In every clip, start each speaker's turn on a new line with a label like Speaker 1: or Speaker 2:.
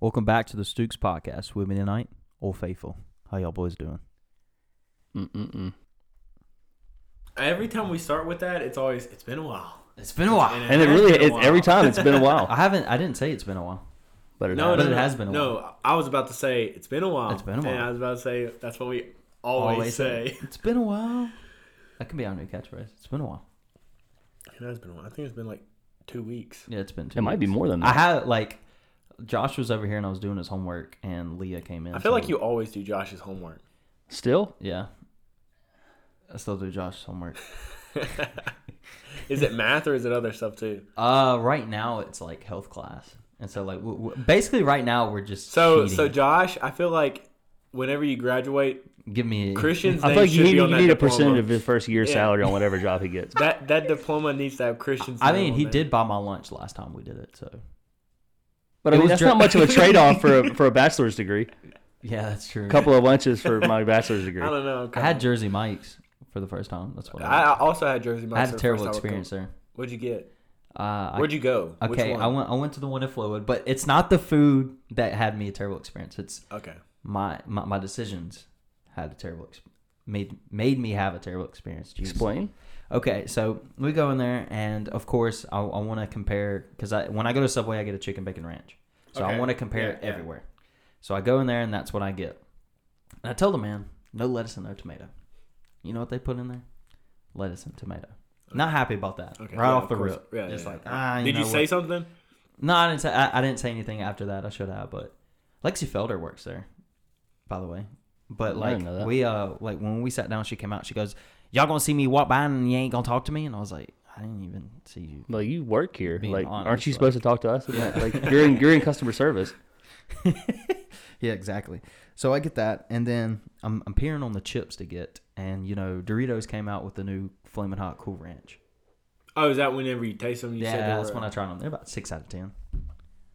Speaker 1: Welcome back to the Stooks podcast with me tonight, all faithful. How y'all boys doing?
Speaker 2: Mm-mm-mm.
Speaker 3: Every time we start with that, it's always it's been a while.
Speaker 1: It's been a while.
Speaker 2: And it
Speaker 3: has
Speaker 2: really
Speaker 3: been a
Speaker 2: it's every
Speaker 3: while.
Speaker 2: time it's been a
Speaker 1: Oh, I
Speaker 2: while.
Speaker 1: haven't. I didn't say it's been a while.
Speaker 2: But it
Speaker 3: No,
Speaker 2: has.
Speaker 3: no,
Speaker 1: it
Speaker 3: no,
Speaker 1: has been a
Speaker 3: No, I was about to say it's been a while.
Speaker 1: It's been a while.
Speaker 3: And I was about to say that's what we always, say.
Speaker 1: it's been a while. That can be our new catchphrase. It's been a while.
Speaker 3: It has been a while. I think it's been like two weeks.
Speaker 1: Yeah, it's been. Two
Speaker 2: It might be
Speaker 1: weeks.
Speaker 2: more than
Speaker 1: I
Speaker 2: that.
Speaker 1: had like, Josh was over here and I was doing his homework, and Leah came in.
Speaker 3: I feel
Speaker 1: so-
Speaker 3: like you always do Josh's homework.
Speaker 2: Still?
Speaker 1: Yeah. I still do Josh's homework.
Speaker 3: Is it math or is it other stuff too?
Speaker 1: Uh, right now it's like health class, and so like w- w- basically right now we're just
Speaker 3: So
Speaker 1: cheating.
Speaker 3: so Josh, I feel like whenever you graduate,
Speaker 1: give me
Speaker 3: Christian's
Speaker 2: I
Speaker 3: name
Speaker 2: feel like
Speaker 3: should
Speaker 2: you need,
Speaker 3: be on
Speaker 2: you
Speaker 3: that
Speaker 2: need a
Speaker 3: diploma.
Speaker 2: percentage of his first year's
Speaker 3: Yeah.
Speaker 2: salary on whatever job he gets.
Speaker 3: That that diploma needs to have Christian's.
Speaker 1: I
Speaker 3: name
Speaker 1: mean,
Speaker 3: on
Speaker 1: he
Speaker 3: there.
Speaker 1: did buy my lunch last time we did it, so
Speaker 2: But
Speaker 1: It
Speaker 2: I mean,
Speaker 1: was
Speaker 2: that's
Speaker 1: dra-
Speaker 2: not much of a trade off for a, for a bachelor's degree.
Speaker 1: yeah, that's true.
Speaker 2: A couple of lunches for my bachelor's degree.
Speaker 3: I don't know.
Speaker 1: I had Jersey Mike's for the first time. That's what
Speaker 3: I
Speaker 1: I,
Speaker 3: I also had Jersey Mike's.
Speaker 1: I had
Speaker 3: for
Speaker 1: a
Speaker 3: the
Speaker 1: terrible
Speaker 3: first time I
Speaker 1: experience there.
Speaker 3: cooked. What'd you get?
Speaker 1: Uh, I-
Speaker 3: Where'd you go? Which
Speaker 1: okay,
Speaker 3: one?
Speaker 1: I went I went to the one in Flowood, but it's not the food that had me a terrible experience. It's
Speaker 3: Okay.
Speaker 1: my my, my decisions had a terrible ex- made made me have a terrible experience. Jeez.
Speaker 2: Explain.
Speaker 1: Okay, so we go in there, and of course, I, I want to compare because I, when I go to Subway, I get a chicken bacon ranch. So I
Speaker 3: Okay,
Speaker 1: want to compare
Speaker 3: yeah,
Speaker 1: it
Speaker 3: yeah.
Speaker 1: everywhere. So I go in there, and that's what I get. And I tell the man, no lettuce and no tomato. You know what they put in there? Lettuce and tomato. Not happy about that.
Speaker 3: Okay.
Speaker 1: Right
Speaker 3: Yeah,
Speaker 1: off
Speaker 3: of
Speaker 1: the
Speaker 3: course.
Speaker 1: rip.
Speaker 3: Yeah,
Speaker 1: Just
Speaker 3: yeah,
Speaker 1: like,
Speaker 3: yeah.
Speaker 1: ah, you
Speaker 3: Did you
Speaker 1: know
Speaker 3: say
Speaker 1: what?"
Speaker 3: something?
Speaker 1: No, I didn't say. I, I didn't say anything after that. I should have, but Lexi Felder works there, by the way. But
Speaker 2: I
Speaker 1: like
Speaker 2: didn't know that.
Speaker 1: we uh like when we sat down, she came out. She goes, "Y'all gonna see me walk by and you ain't gonna talk to me?" And I was like, "I didn't even see you."
Speaker 2: Well, you work here.
Speaker 1: Being
Speaker 2: like,
Speaker 1: honest,
Speaker 2: aren't you
Speaker 1: like-
Speaker 2: supposed to talk to us? Like, you're in you're in customer service.
Speaker 1: Yeah, exactly. So I get that, and then I'm I'm peering on the chips to get, and you know Doritos came out with the new Flamin' Hot Cool Ranch.
Speaker 3: Oh, is that whenever you taste them? You
Speaker 1: yeah,
Speaker 3: said they
Speaker 1: that's
Speaker 3: were-
Speaker 1: when I tried them. They're about six out of ten.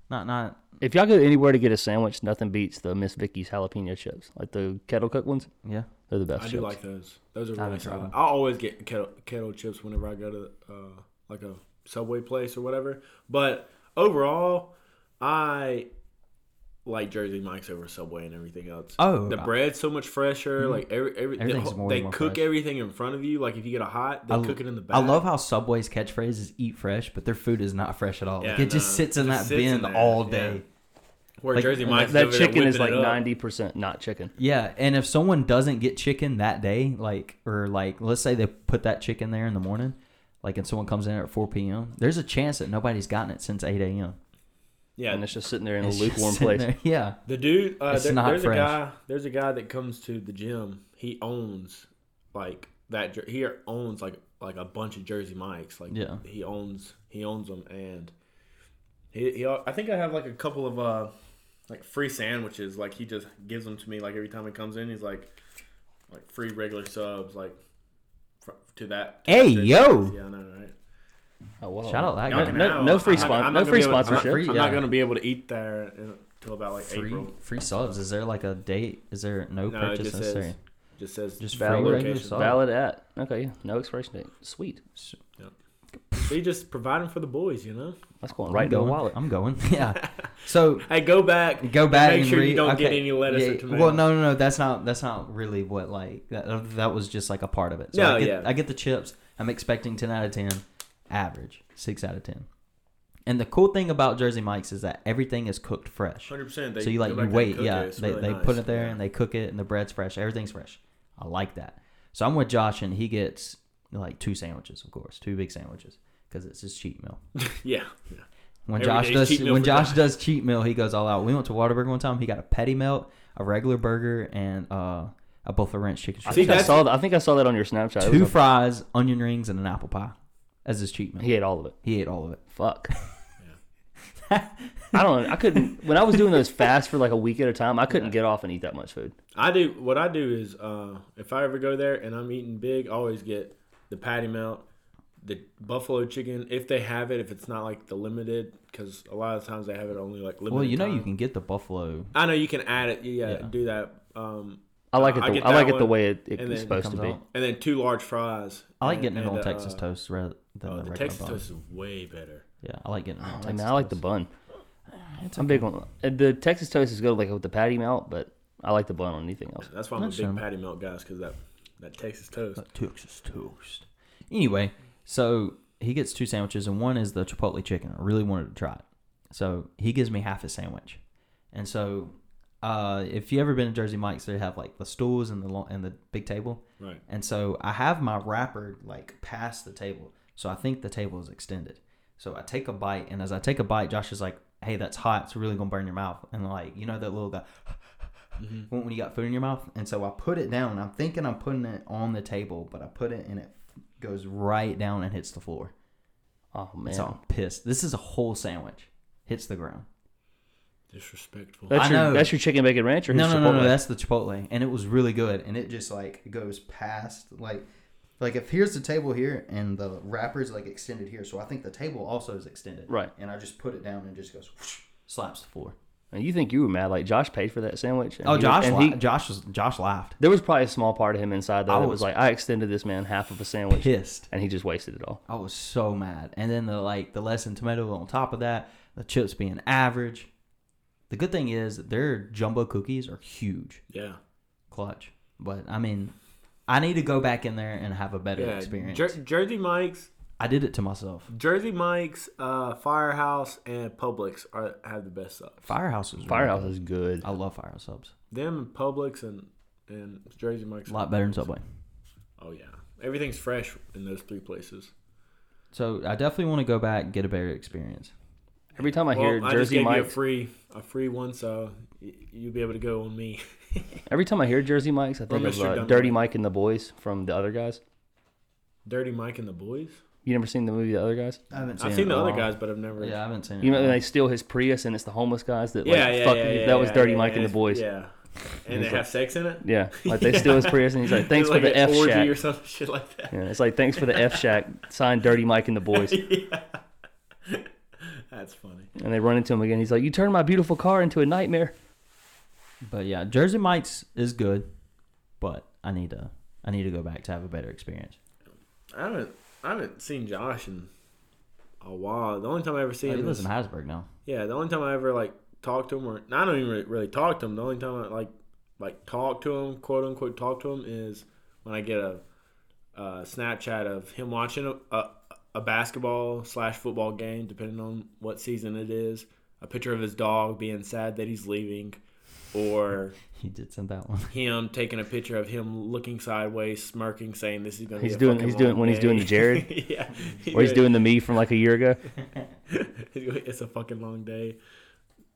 Speaker 1: Not not
Speaker 2: If y'all go anywhere to get a sandwich, nothing beats the Miss Vicky's jalapeno chips, like the kettle cooked ones.
Speaker 1: yeah.
Speaker 2: They're the best.
Speaker 3: I do
Speaker 2: chips.
Speaker 3: like those. Those are really
Speaker 1: haven't tried
Speaker 3: solid.
Speaker 1: them.
Speaker 3: I always get kettle, kettle chips whenever I go to uh, like a subway place or whatever. But overall, I like Jersey Mike's over Subway and everything else.
Speaker 1: Oh, I-
Speaker 3: the
Speaker 1: Mm-hmm.
Speaker 3: bread's so much fresher. Like every, every they,
Speaker 1: Everything's more
Speaker 3: they
Speaker 1: and more
Speaker 3: cook
Speaker 1: fresh.
Speaker 3: everything in front of you. Like if you get a hot, they
Speaker 1: I-
Speaker 3: cook it in the back.
Speaker 1: I love how Subway's catchphrase is "Eat fresh," but their food is not fresh at all. like
Speaker 3: Yeah,
Speaker 1: it just
Speaker 3: no,
Speaker 1: sits
Speaker 3: it
Speaker 1: in
Speaker 3: just
Speaker 1: that
Speaker 3: sits
Speaker 1: bin
Speaker 3: in there,
Speaker 1: all
Speaker 3: yeah.
Speaker 1: day.
Speaker 3: where
Speaker 1: like,
Speaker 3: Jersey
Speaker 1: that-
Speaker 3: Mike's
Speaker 2: that
Speaker 3: over there
Speaker 2: chicken is like
Speaker 3: whipping it up.
Speaker 2: ninety percent not chicken.
Speaker 1: Yeah, and if someone doesn't get chicken that day, like or like let's say they put that chicken there in the morning, like and someone comes in at four p.m., there's a chance that nobody's gotten it since eight a.m.
Speaker 3: Yeah,
Speaker 2: and it's just sitting there in
Speaker 1: It's
Speaker 2: a
Speaker 1: just
Speaker 2: lukewarm
Speaker 1: sitting
Speaker 2: place.
Speaker 1: there. Yeah,
Speaker 3: The dude, uh,
Speaker 1: It's
Speaker 3: there-
Speaker 1: not
Speaker 3: there's
Speaker 1: fresh.
Speaker 3: a guy. There's a guy that comes to the gym. He owns like that. jer- He owns like like a bunch of Jersey Mikes. Like
Speaker 1: Yeah.
Speaker 3: he owns he owns them, and he, he al- I think I have like a couple of uh like free sandwiches. Like he just gives them to me. Like every time he comes in, he's like like free regular subs. Like fr- to that. to that
Speaker 1: Hey,
Speaker 3: Jersey
Speaker 1: yo!
Speaker 3: Mike's. Yeah, I know, right?
Speaker 2: Oh, wow.
Speaker 1: Shout out that
Speaker 2: No,
Speaker 1: guy.
Speaker 2: no, no free
Speaker 3: I'm not-
Speaker 2: spon-
Speaker 3: I'm
Speaker 2: no
Speaker 3: not gonna
Speaker 2: free
Speaker 3: be able- I'm not-
Speaker 2: sponsorship.
Speaker 3: I'm
Speaker 1: Yeah.
Speaker 3: not gonna be able to eat there until about like
Speaker 1: free
Speaker 3: April.
Speaker 1: free subs. Is there like a date? Is there no,
Speaker 3: No, it
Speaker 1: purchase
Speaker 3: just says
Speaker 1: necessary?
Speaker 3: just says
Speaker 1: Just
Speaker 3: valid
Speaker 1: free regular
Speaker 3: location.
Speaker 1: salt.
Speaker 2: Valid at okay, yeah, no expiration date. Sweet,
Speaker 3: So you just providing for the boys, you know.
Speaker 2: that's going right
Speaker 1: I'm
Speaker 2: to the
Speaker 1: going.
Speaker 2: wallet.
Speaker 1: I'm going. Yeah. So
Speaker 3: Hey, go back.
Speaker 1: go back
Speaker 3: Make
Speaker 1: and
Speaker 3: sure
Speaker 1: read.
Speaker 3: you don't
Speaker 1: okay.
Speaker 3: get any lettuce
Speaker 1: yeah,
Speaker 3: or tomatoes.
Speaker 1: Well, no, no, no. That's not. That's not really what like that. That was just like a part of it. So
Speaker 3: No,
Speaker 1: I get,
Speaker 3: yeah.
Speaker 1: I get the chips. I'm expecting ten out of ten, average six out of ten. And the cool thing about Jersey Mike's is that everything is cooked fresh.
Speaker 3: Hundred percent.
Speaker 1: so you like you wait, yeah. they they put it there and they cook it, and the bread's fresh. Everything's fresh. I like that. So I'm with Josh, and he gets like two sandwiches, of course, two big sandwiches, because it's his cheat meal.
Speaker 3: yeah. yeah.
Speaker 1: When
Speaker 3: Every
Speaker 1: Josh
Speaker 3: day's
Speaker 1: does
Speaker 3: cheat meal
Speaker 1: when
Speaker 3: for
Speaker 1: Josh
Speaker 3: Josh.
Speaker 1: does cheat meal, he goes all out. We went to Waterburger one time. He got a petty melt, a regular burger, and uh, a buffalo ranch chicken
Speaker 2: I
Speaker 3: See,
Speaker 1: strip.
Speaker 2: think I
Speaker 3: that's-
Speaker 2: saw. That, I think I saw that on your Snapchat. It was
Speaker 1: Two
Speaker 2: a-
Speaker 1: fries, onion rings, and an apple pie as his cheat meal.
Speaker 2: he ate all of it.
Speaker 1: He ate all of it.
Speaker 2: Fuck. I don't. know. I couldn't. When I was doing those fasts for like a week at a time, I couldn't get off and eat that much food.
Speaker 3: I do. What I do is, uh, if I ever go there and I'm eating big, I always get the patty melt, the buffalo chicken if they have it. If it's not like the limited, because a lot of times they have it only like limited.
Speaker 1: Well, you know you
Speaker 3: time.
Speaker 1: can get the buffalo.
Speaker 3: I know you can add it. Yeah,
Speaker 1: Yeah.
Speaker 3: do that. Um,
Speaker 2: I like it.
Speaker 3: I
Speaker 2: The,
Speaker 3: get
Speaker 2: I, like
Speaker 3: that
Speaker 2: it the
Speaker 3: one,
Speaker 2: way it, it it's
Speaker 3: and then it
Speaker 2: supposed to
Speaker 1: comes
Speaker 2: be.
Speaker 1: out.
Speaker 3: and then two large fries.
Speaker 1: I like
Speaker 3: and-
Speaker 1: getting it
Speaker 3: and,
Speaker 1: on
Speaker 3: uh,
Speaker 1: Texas toast rather than
Speaker 3: Oh,
Speaker 1: the
Speaker 3: the
Speaker 1: regular
Speaker 3: Texas
Speaker 1: bun.
Speaker 3: toast is way better.
Speaker 1: Yeah, I like getting it on
Speaker 2: I mean,
Speaker 1: Texas
Speaker 2: I like the
Speaker 1: toast.
Speaker 2: bun.
Speaker 3: Ah,
Speaker 1: It's
Speaker 2: I'm big on the Texas toast is good like with the patty melt, but I like the bun on anything else.
Speaker 3: That's why I'm a
Speaker 1: That's
Speaker 3: big
Speaker 1: true.
Speaker 3: patty melt guy, because that that Texas toast.
Speaker 1: But Texas toast. Anyway, so he gets two sandwiches, and one is the Chipotle chicken. I really wanted to try it. So he gives me half a sandwich. And so uh, if you ever been to Jersey Mike's, they have like the stools and the lo- and the big table.
Speaker 3: Right.
Speaker 1: And so I have my wrapper like past the table. So I think the table is extended. So I take a bite, and as I take a bite, Josh is like, "Hey, that's hot. It's really gonna burn your mouth." And like, you know that little guy when when you got food in your mouth. And so I put it down. I'm thinking I'm putting it on the table, but I put it and it goes right down and hits the floor.
Speaker 2: Oh man,
Speaker 1: So I'm pissed. This is a whole sandwich. Hits the ground.
Speaker 3: Disrespectful.
Speaker 2: that's
Speaker 1: I
Speaker 2: your
Speaker 1: know.
Speaker 2: that's your chicken bacon ranch or
Speaker 1: No,
Speaker 2: his
Speaker 1: no, no, no.
Speaker 2: Chipotle?
Speaker 1: That's the Chipotle, and it was really good. And it just like goes past like, like if here's the table here, and the wrapper's like extended here, so I think the table also is extended.
Speaker 2: Right.
Speaker 1: And I just put it down and it just goes whoosh, slaps the floor.
Speaker 2: And you think you were mad? Like Josh paid for that sandwich? and
Speaker 1: Oh,
Speaker 2: he was-
Speaker 1: Josh,
Speaker 2: and
Speaker 1: li-
Speaker 2: he-
Speaker 1: Josh was Josh laughed.
Speaker 2: there was probably a small part of him inside though
Speaker 1: I
Speaker 2: that
Speaker 1: was
Speaker 2: was like, I extended this man half of a sandwich,
Speaker 1: Pissed.
Speaker 2: and he just wasted it all.
Speaker 1: I was so mad. And then the like the less than tomato on top of that, the chips being average. The good thing is their jumbo cookies are huge,
Speaker 3: Yeah.
Speaker 1: clutch. But I mean, I need to go back in there and have a better
Speaker 3: Yeah.
Speaker 1: experience.
Speaker 3: Jer- Jersey Mike's,
Speaker 1: I did it to myself.
Speaker 3: Jersey Mike's, uh, Firehouse, and Publix are have the best subs.
Speaker 1: Firehouse was really
Speaker 2: Firehouse
Speaker 1: good.
Speaker 2: is good.
Speaker 1: I love Firehouse subs.
Speaker 3: Them and Publix and and Jersey Mike's
Speaker 1: A lot better than Subway.
Speaker 3: Oh yeah, everything's fresh in those three places.
Speaker 1: So I definitely want to go back and get a better experience.
Speaker 2: Every time I
Speaker 3: well,
Speaker 2: hear
Speaker 3: I just
Speaker 2: Jersey
Speaker 3: gave you a
Speaker 2: Mike's,
Speaker 3: free a free one, so y- you'll be able to go on me.
Speaker 2: every time I hear Jersey Mike's, I think of
Speaker 3: Mr.
Speaker 2: uh,
Speaker 3: Duncan.
Speaker 2: Dirty Mike and the Boys from the other guys.
Speaker 3: Dirty Mike and the boys.
Speaker 2: You never seen the movie The Other Guys?
Speaker 1: I haven't
Speaker 3: I've
Speaker 1: it
Speaker 3: seen
Speaker 1: in
Speaker 3: the
Speaker 1: a
Speaker 3: other
Speaker 1: while.
Speaker 3: guys, but I've never.
Speaker 1: Yeah, I haven't seen it.
Speaker 2: You know,
Speaker 1: in a
Speaker 2: they
Speaker 1: while.
Speaker 2: steal his Prius, and it's the homeless guys that like
Speaker 3: yeah, yeah,
Speaker 2: fuck.
Speaker 3: yeah, yeah,
Speaker 2: that was
Speaker 3: yeah,
Speaker 2: Dirty
Speaker 3: yeah,
Speaker 2: Mike and the
Speaker 3: yeah,
Speaker 2: Boys. Yeah,
Speaker 3: Yeah, and they
Speaker 2: He's
Speaker 3: have sex in it.
Speaker 2: like they steal his Prius, and he's like, "Thanks
Speaker 3: It's
Speaker 2: for
Speaker 3: like
Speaker 2: the
Speaker 3: an
Speaker 2: F
Speaker 3: orgy
Speaker 2: shack."
Speaker 3: or some shit like that.
Speaker 2: Yeah, it's like thanks for the F shack. Signed Dirty Mike and the Boys,
Speaker 3: That's funny.
Speaker 2: and they run into him again. He's like, "You turned my beautiful car into a nightmare."
Speaker 1: But yeah, Jersey Mike's is good, but I need to I need to go back to have a better experience.
Speaker 3: I haven't I haven't seen Josh in a while. The only time I ever seen
Speaker 1: Oh, he
Speaker 3: him
Speaker 1: lives
Speaker 3: is,
Speaker 1: in Hasburg now.
Speaker 3: yeah. The only time I ever like talked to him or I don't even really, really talk to him. The only time I like like talk to him, quote unquote, talk to him is when I get a, a Snapchat of him watching a, a, a basketball slash football game, depending on what season it is. A picture of his dog being sad that he's leaving, or
Speaker 1: He did send that one.
Speaker 3: him taking a picture of him looking sideways, smirking, saying this is gonna.
Speaker 2: He's
Speaker 3: be a
Speaker 2: doing-
Speaker 3: fucking
Speaker 2: he's doing-
Speaker 3: long
Speaker 2: when he's
Speaker 3: day."
Speaker 2: doing the Jared?
Speaker 3: yeah,
Speaker 2: Or he's doing the me from like a year ago.
Speaker 3: it's a fucking long day.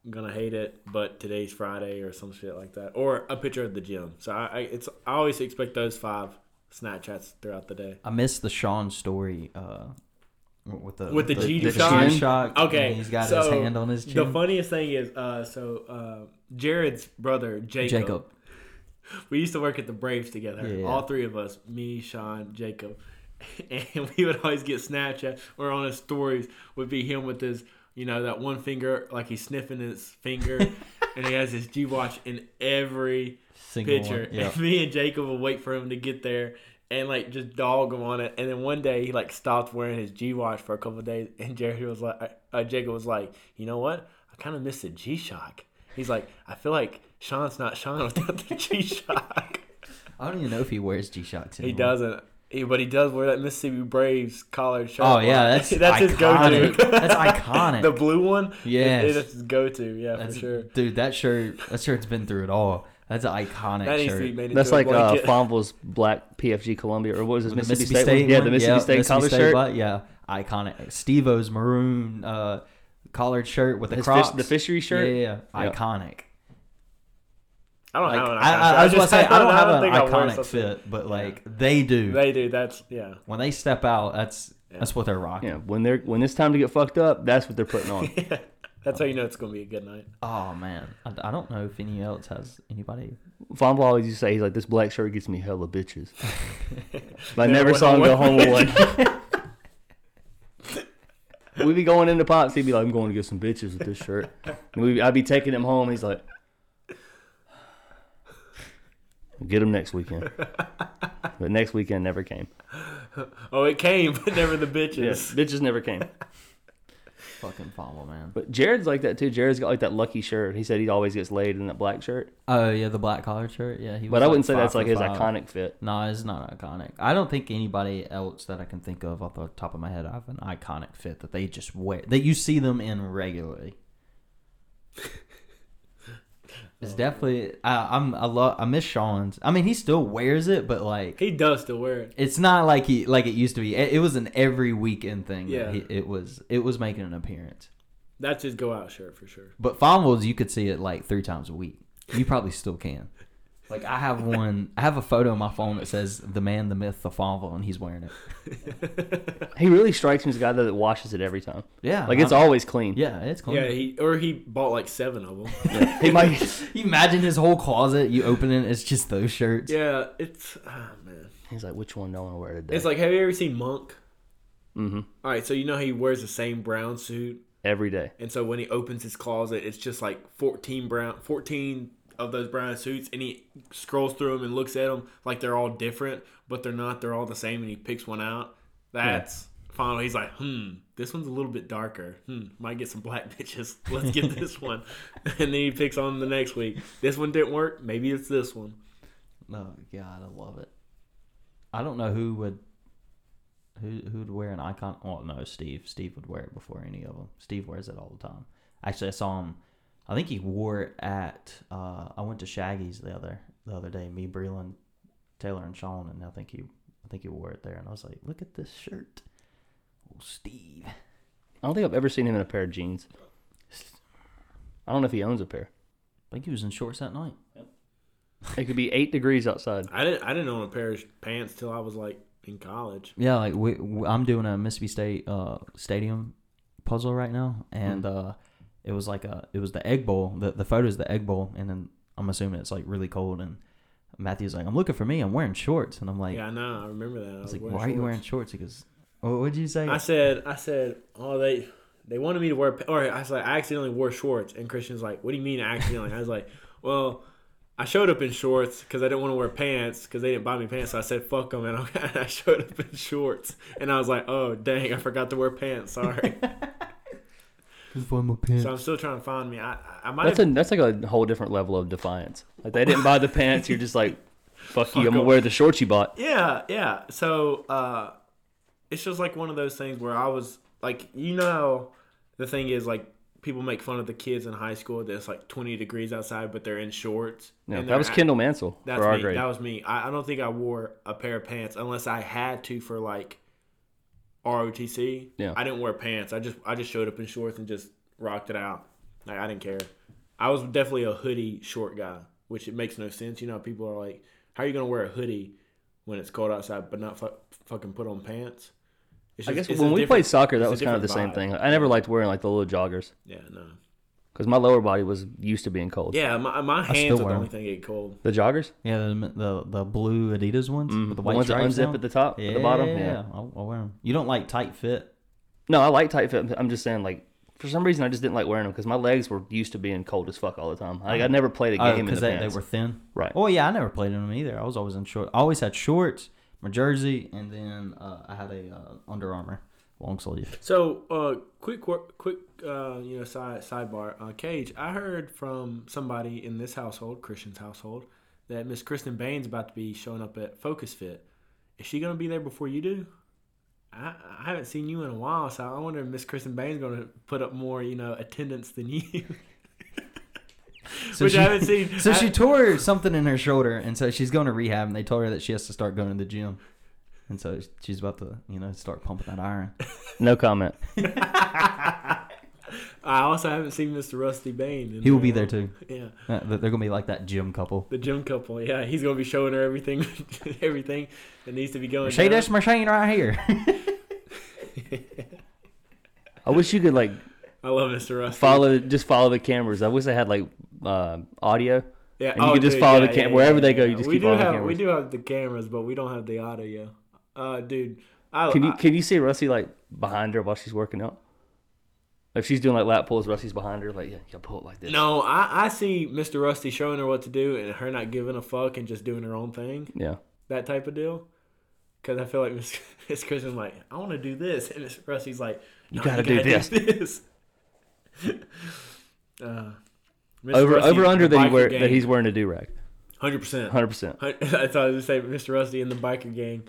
Speaker 3: I'm gonna hate it, but today's Friday or some shit like that, or a picture of the gym. So I, I it's I always expect those five Snapchats throughout the day.
Speaker 1: I missed the Sean story uh, with the
Speaker 3: With the G
Speaker 1: the
Speaker 3: shock?
Speaker 1: chin shock.
Speaker 3: Okay,
Speaker 1: and he's got his
Speaker 3: so
Speaker 1: hand on his
Speaker 3: The
Speaker 1: chin.
Speaker 3: funniest thing is, uh, so uh, Jared's brother
Speaker 1: Jacob.
Speaker 3: we used to work at the Braves together.
Speaker 1: Yeah.
Speaker 3: All three of us, me, Sean, Jacob. And we would always get Snapchat or on his stories would be him with his, you know, that one finger, like he's sniffing his finger and he has his G Watch in every
Speaker 1: Single
Speaker 3: picture.
Speaker 1: One. Yeah.
Speaker 3: And me and Jacob would wait for him to get there and like just dog him on it. And then one day he like stopped wearing his G Watch for a couple of days. And Jared was like, uh, Jacob was like, you know what? I kind of miss the G Shock. He's like, I feel like Sean's not Sean without the G Shock.
Speaker 1: I don't even know if he wears G shocks.
Speaker 3: He doesn't. He, but he does wear that Mississippi Braves collared shirt.
Speaker 1: Oh yeah, that's
Speaker 3: that's his
Speaker 1: iconic.
Speaker 3: go-to.
Speaker 1: that's iconic.
Speaker 3: the blue one.
Speaker 1: Yes.
Speaker 3: it, it's his go-to. Yeah,
Speaker 1: That's-
Speaker 3: for sure.
Speaker 1: Dude, that shirt, that shirt's been through it all. That's an iconic
Speaker 3: That needs to
Speaker 1: shirt.
Speaker 3: be made
Speaker 2: That's
Speaker 3: into
Speaker 2: like
Speaker 3: a
Speaker 2: uh,
Speaker 3: blanket.
Speaker 2: Fonville's black PFG Columbia, or what was his
Speaker 1: The
Speaker 2: Mississippi, State? one? Yeah,
Speaker 1: one?
Speaker 2: the Mississippi State
Speaker 1: Mississippi
Speaker 2: collar
Speaker 1: State
Speaker 2: shirt.
Speaker 1: button, yeah, iconic. Steve-O's maroon uh, collared shirt with the
Speaker 2: His fish,
Speaker 1: Crocs.
Speaker 2: the fishery
Speaker 1: Yeah,
Speaker 2: shirt.
Speaker 1: yeah, yeah.
Speaker 2: Yeah.
Speaker 1: iconic.
Speaker 3: I don't
Speaker 1: Like,
Speaker 3: have an
Speaker 1: I, I,
Speaker 3: iconic-
Speaker 1: I was gonna
Speaker 3: just-
Speaker 1: say I don't have an
Speaker 3: think I wear
Speaker 1: iconic
Speaker 3: something.
Speaker 1: fit, but like they do.
Speaker 3: They do. That's yeah.
Speaker 1: when they step out, that's that's what they're rocking.
Speaker 2: Yeah, when they're when it's time to get fucked up, that's what they're putting on.
Speaker 3: That's how you know it's gonna be a good night.
Speaker 1: Oh man, I, I don't know if any else has anybody.
Speaker 2: Fonville always used to say he's like, "This black shirt gets me hella bitches." but I never
Speaker 3: Never went
Speaker 2: saw
Speaker 3: on
Speaker 2: him go
Speaker 3: one.
Speaker 2: home with one. We'd be going into pops. He'd be like, "I'm going to get some bitches with this shirt." And we, I'd be taking him home. He's like, "Get him next weekend." But next weekend never came.
Speaker 3: Oh, it came, but never the bitches.
Speaker 2: Yes, bitches never came.
Speaker 1: fucking fumble, man.
Speaker 2: But Jared's like that too. Jared's got like that lucky shirt. He said he always gets laid in that black shirt.
Speaker 1: Oh yeah, the black collar shirt. Yeah, he.
Speaker 2: But I wouldn't say that's like his
Speaker 1: iconic.
Speaker 2: iconic fit.
Speaker 1: No, it's not iconic. I don't think anybody else that I can think of off the top of my head have an iconic fit that they just wear that you see them in regularly. It's definitely I, I'm I love I miss Sean's. I mean, he still wears it, but like
Speaker 3: He does still wear it.
Speaker 1: it's not like he like it used to be. It, it was an every weekend thing. that
Speaker 3: Yeah.
Speaker 1: he, it was it was making an appearance.
Speaker 3: That's his go out shirt for sure.
Speaker 1: But fumbles, you could see it like three times a week. You probably still can. Like I have one, I have a photo on my phone that says "the man, the myth, the fumble," and he's wearing it.
Speaker 2: He really strikes me as a guy that washes it every time.
Speaker 1: Yeah,
Speaker 2: Like it's
Speaker 1: I'm-
Speaker 2: always clean.
Speaker 1: Yeah, it's clean.
Speaker 3: Uh-huh. Yeah, he or he bought like seven of them.
Speaker 2: He might.
Speaker 1: You imagine his whole closet. You open it, it's just those shirts.
Speaker 3: yeah, it's ah man.
Speaker 2: He's like, which one do I want to wear today?
Speaker 3: It's like, have you ever seen Monk?
Speaker 2: mm-hmm.
Speaker 3: All right, so you know he wears the same brown suit,
Speaker 2: every day.
Speaker 3: and so when he opens his closet, it's just like fourteen brown, fourteen of those brown suits, and he scrolls through them and looks at them like they're all different, but they're not. They're all the same, and he picks one out. That's finally he's like, hmm, this one's a little bit darker. Hmm, might get some black bitches. Let's get this one, and then he picks on the next week. This one didn't work. Maybe it's this one.
Speaker 1: Oh God, I love it. I don't know who would who who'd wear an icon. Well, no, Steve. Steve would wear it before any of them. Steve wears it all the time. Actually, I saw him. I think he wore it at. Uh, I went to Shaggy's the other the other day. Me, Breland, Taylor, and Sean, and I think he I think he wore it there. And I was like, look at this shirt, old Steve.
Speaker 2: I don't think I've ever seen him in a pair of jeans. I don't know if he owns a pair.
Speaker 1: I think he was in shorts that night.
Speaker 2: It could be eight degrees outside.
Speaker 3: I didn't. I didn't own a pair of pants till I was like in college.
Speaker 1: Yeah, like we, we, I'm doing a Mississippi State uh, stadium puzzle right now, and
Speaker 2: Mm-hmm.
Speaker 1: uh, it was like a it was the egg bowl. The the photo is the egg bowl, and then I'm assuming it's like really cold. And Matthew's like, "I'm looking for me. I'm wearing shorts," and I'm like,
Speaker 3: Yeah, I know. I remember that. I
Speaker 1: "I
Speaker 3: was
Speaker 1: was like, why
Speaker 3: wearing
Speaker 1: are you
Speaker 3: shorts.
Speaker 1: wearing shorts?" He goes, "What would you say?"
Speaker 3: I said, I said, oh, they they wanted me to wear, pa- or I was like, I accidentally wore shorts, and Christian's like, what do you mean accidentally? I was like, well, I showed up in shorts because I didn't want to wear pants because they didn't buy me pants, so I said fuck them, and I, I showed up in shorts, and I was like, oh dang, I forgot to wear pants, sorry. so I'm still trying to find me. I I might
Speaker 2: That's
Speaker 3: have,
Speaker 2: a that's like a whole different level of defiance. Like they didn't buy the pants. You're just like, fuck, you. I'm gonna wear the shorts you bought.
Speaker 3: yeah yeah. So uh, it's just like one of those things where I was like, you know, the thing is like. People make fun of the kids in high school that's like 20 degrees outside, but they're in shorts.
Speaker 2: No,
Speaker 3: and
Speaker 2: that
Speaker 3: they're
Speaker 2: was
Speaker 3: act-
Speaker 2: Kendall Mansell
Speaker 3: That's
Speaker 2: for our
Speaker 3: me.
Speaker 2: grade.
Speaker 3: That was me. I, I don't think I wore a pair of pants unless I had to for like ROTC.
Speaker 2: Yeah.
Speaker 3: I didn't wear pants. I just I just showed up in shorts and just rocked it out. Like I didn't care. I was definitely a hoodie short guy, which it makes no sense. You know, people are like, "How are you gonna wear a hoodie when it's cold outside, but not fu- fucking put on pants?" It's
Speaker 2: I guess
Speaker 3: it's a
Speaker 2: when we
Speaker 3: different-
Speaker 2: played soccer,
Speaker 3: it's
Speaker 2: that
Speaker 3: a
Speaker 2: was kind of the
Speaker 3: different
Speaker 2: same
Speaker 3: vibe.
Speaker 2: thing. I never liked wearing like the little joggers
Speaker 3: Yeah, no.
Speaker 2: because my lower body was used to being cold.
Speaker 3: Yeah, my, my
Speaker 1: still
Speaker 3: hands are
Speaker 1: wear
Speaker 3: the
Speaker 1: 'em.
Speaker 3: only thing that get cold.
Speaker 2: The joggers,
Speaker 1: yeah, the, the the blue Adidas ones with the
Speaker 2: Mm-hmm. the
Speaker 1: white
Speaker 2: ones that
Speaker 1: stripes
Speaker 2: unzip
Speaker 1: down.
Speaker 2: at the top,
Speaker 1: yeah,
Speaker 2: at the bottom.
Speaker 1: Yeah,
Speaker 2: Yeah.
Speaker 1: I'll, I'll wear them. You don't like tight fit?
Speaker 2: No, I like tight fit. I'm just saying, like for some reason, I just didn't like wearing them because my legs were used to being cold as fuck all the time.
Speaker 3: Uh-huh.
Speaker 2: Like I never played a
Speaker 1: Oh,
Speaker 2: game in the
Speaker 1: they, they
Speaker 2: pants.
Speaker 1: were thin.
Speaker 2: Right.
Speaker 1: Oh yeah, I never played in them either. I was always in short. I always had shorts, my jersey, and then uh, I had a uh, Under Armour long sleeve.
Speaker 3: So, uh, quick, wor- quick, uh, you know, side sidebar. Uh, Cage, I heard from somebody in this household, Christian's household, that Miss Kristen Bain's about to be showing up at Focus Fit. Is she gonna be there before you do? I, I haven't seen you in a while, so I wonder if Miss Kristen Bain's gonna put up more, you know, attendance than you.
Speaker 1: So
Speaker 3: Which
Speaker 1: she,
Speaker 3: I haven't seen.
Speaker 1: So
Speaker 3: I-
Speaker 1: she tore something in her shoulder, and so she's going to rehab. And they told her that she has to start going to the gym, and so she's about to, you know, start pumping that iron.
Speaker 2: No comment.
Speaker 3: I also haven't seen Mr. Rusty Bain. in
Speaker 1: He will be
Speaker 3: very
Speaker 1: there too.
Speaker 3: long. Yeah.
Speaker 1: Uh, They're gonna be like that gym couple.
Speaker 3: The gym couple, yeah, he's gonna be showing her everything, everything that needs to be going.
Speaker 1: Say
Speaker 3: down.
Speaker 1: this machine right here.
Speaker 2: I wish you could like
Speaker 3: I love Mr. Rusty.
Speaker 2: follow, just follow the cameras. I wish they had like uh, audio.
Speaker 3: Yeah,
Speaker 2: And you can just follow the cam- wherever they go, you just
Speaker 3: we
Speaker 2: keep
Speaker 3: do
Speaker 2: following the
Speaker 3: have we
Speaker 2: cameras.
Speaker 3: do have the cameras, but we don't have the audio. Uh, dude, I,
Speaker 2: Can you
Speaker 3: I-
Speaker 2: can you see Rusty like behind her while she's working out? If she's doing like lat pulls, Rusty's behind her. Like yeah, you pull it like this.
Speaker 3: no, I, I see Mr. Rusty showing her what to do and her not giving a fuck and just doing her own thing,
Speaker 2: Yeah.
Speaker 3: that type of deal. Because I feel like Miss Miss Christian like I want to do this, and Miss Rusty's like no,
Speaker 2: gotta do this."
Speaker 3: this. Uh, Mr.
Speaker 2: Over
Speaker 3: Rusty
Speaker 2: over under
Speaker 3: and
Speaker 2: that he
Speaker 3: biker
Speaker 2: wear, that
Speaker 3: gang.
Speaker 2: he's wearing a do rag.
Speaker 3: 100%.
Speaker 2: Hundred percent.
Speaker 3: I thought I was gonna say Mr. Rusty and the biker gang.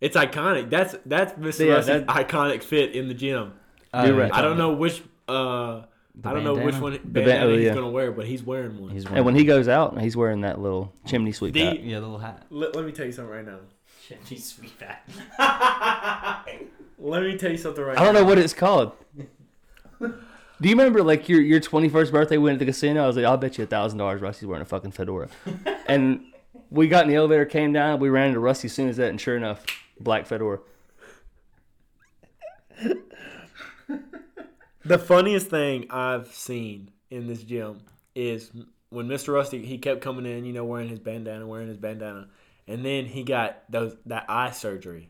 Speaker 3: It's iconic. That's that's Mr.
Speaker 2: Yeah, that-
Speaker 3: Rusty's iconic fit in the gym.
Speaker 1: Oh,
Speaker 2: You're
Speaker 1: yeah.
Speaker 2: right.
Speaker 3: I don't know which uh I don't know which
Speaker 1: bandana?
Speaker 3: one
Speaker 2: ban-
Speaker 3: bandana
Speaker 2: oh,
Speaker 3: he's
Speaker 2: yeah.
Speaker 3: gonna wear, but he's wearing one.
Speaker 1: He's
Speaker 2: And when he goes out, he's wearing that little chimney sweep
Speaker 3: The-
Speaker 2: hat.
Speaker 1: yeah, the little hat.
Speaker 3: Let, let me tell you something right now.
Speaker 1: Chimney sweep hat.
Speaker 3: Let me tell you something right
Speaker 2: I don't
Speaker 3: now.
Speaker 2: know what it's called. Do you remember like your your twenty first birthday we went to the casino? I was like, I'll bet you a thousand dollars Rusty's wearing a fucking fedora. and we got in the elevator, came down, we ran into Rusty as soon as that, and sure enough, black fedora.
Speaker 3: The funniest thing I've seen in this gym is when Mr. Rusty he kept coming in, you know, wearing his bandana, wearing his bandana, and then he got those that eye surgery,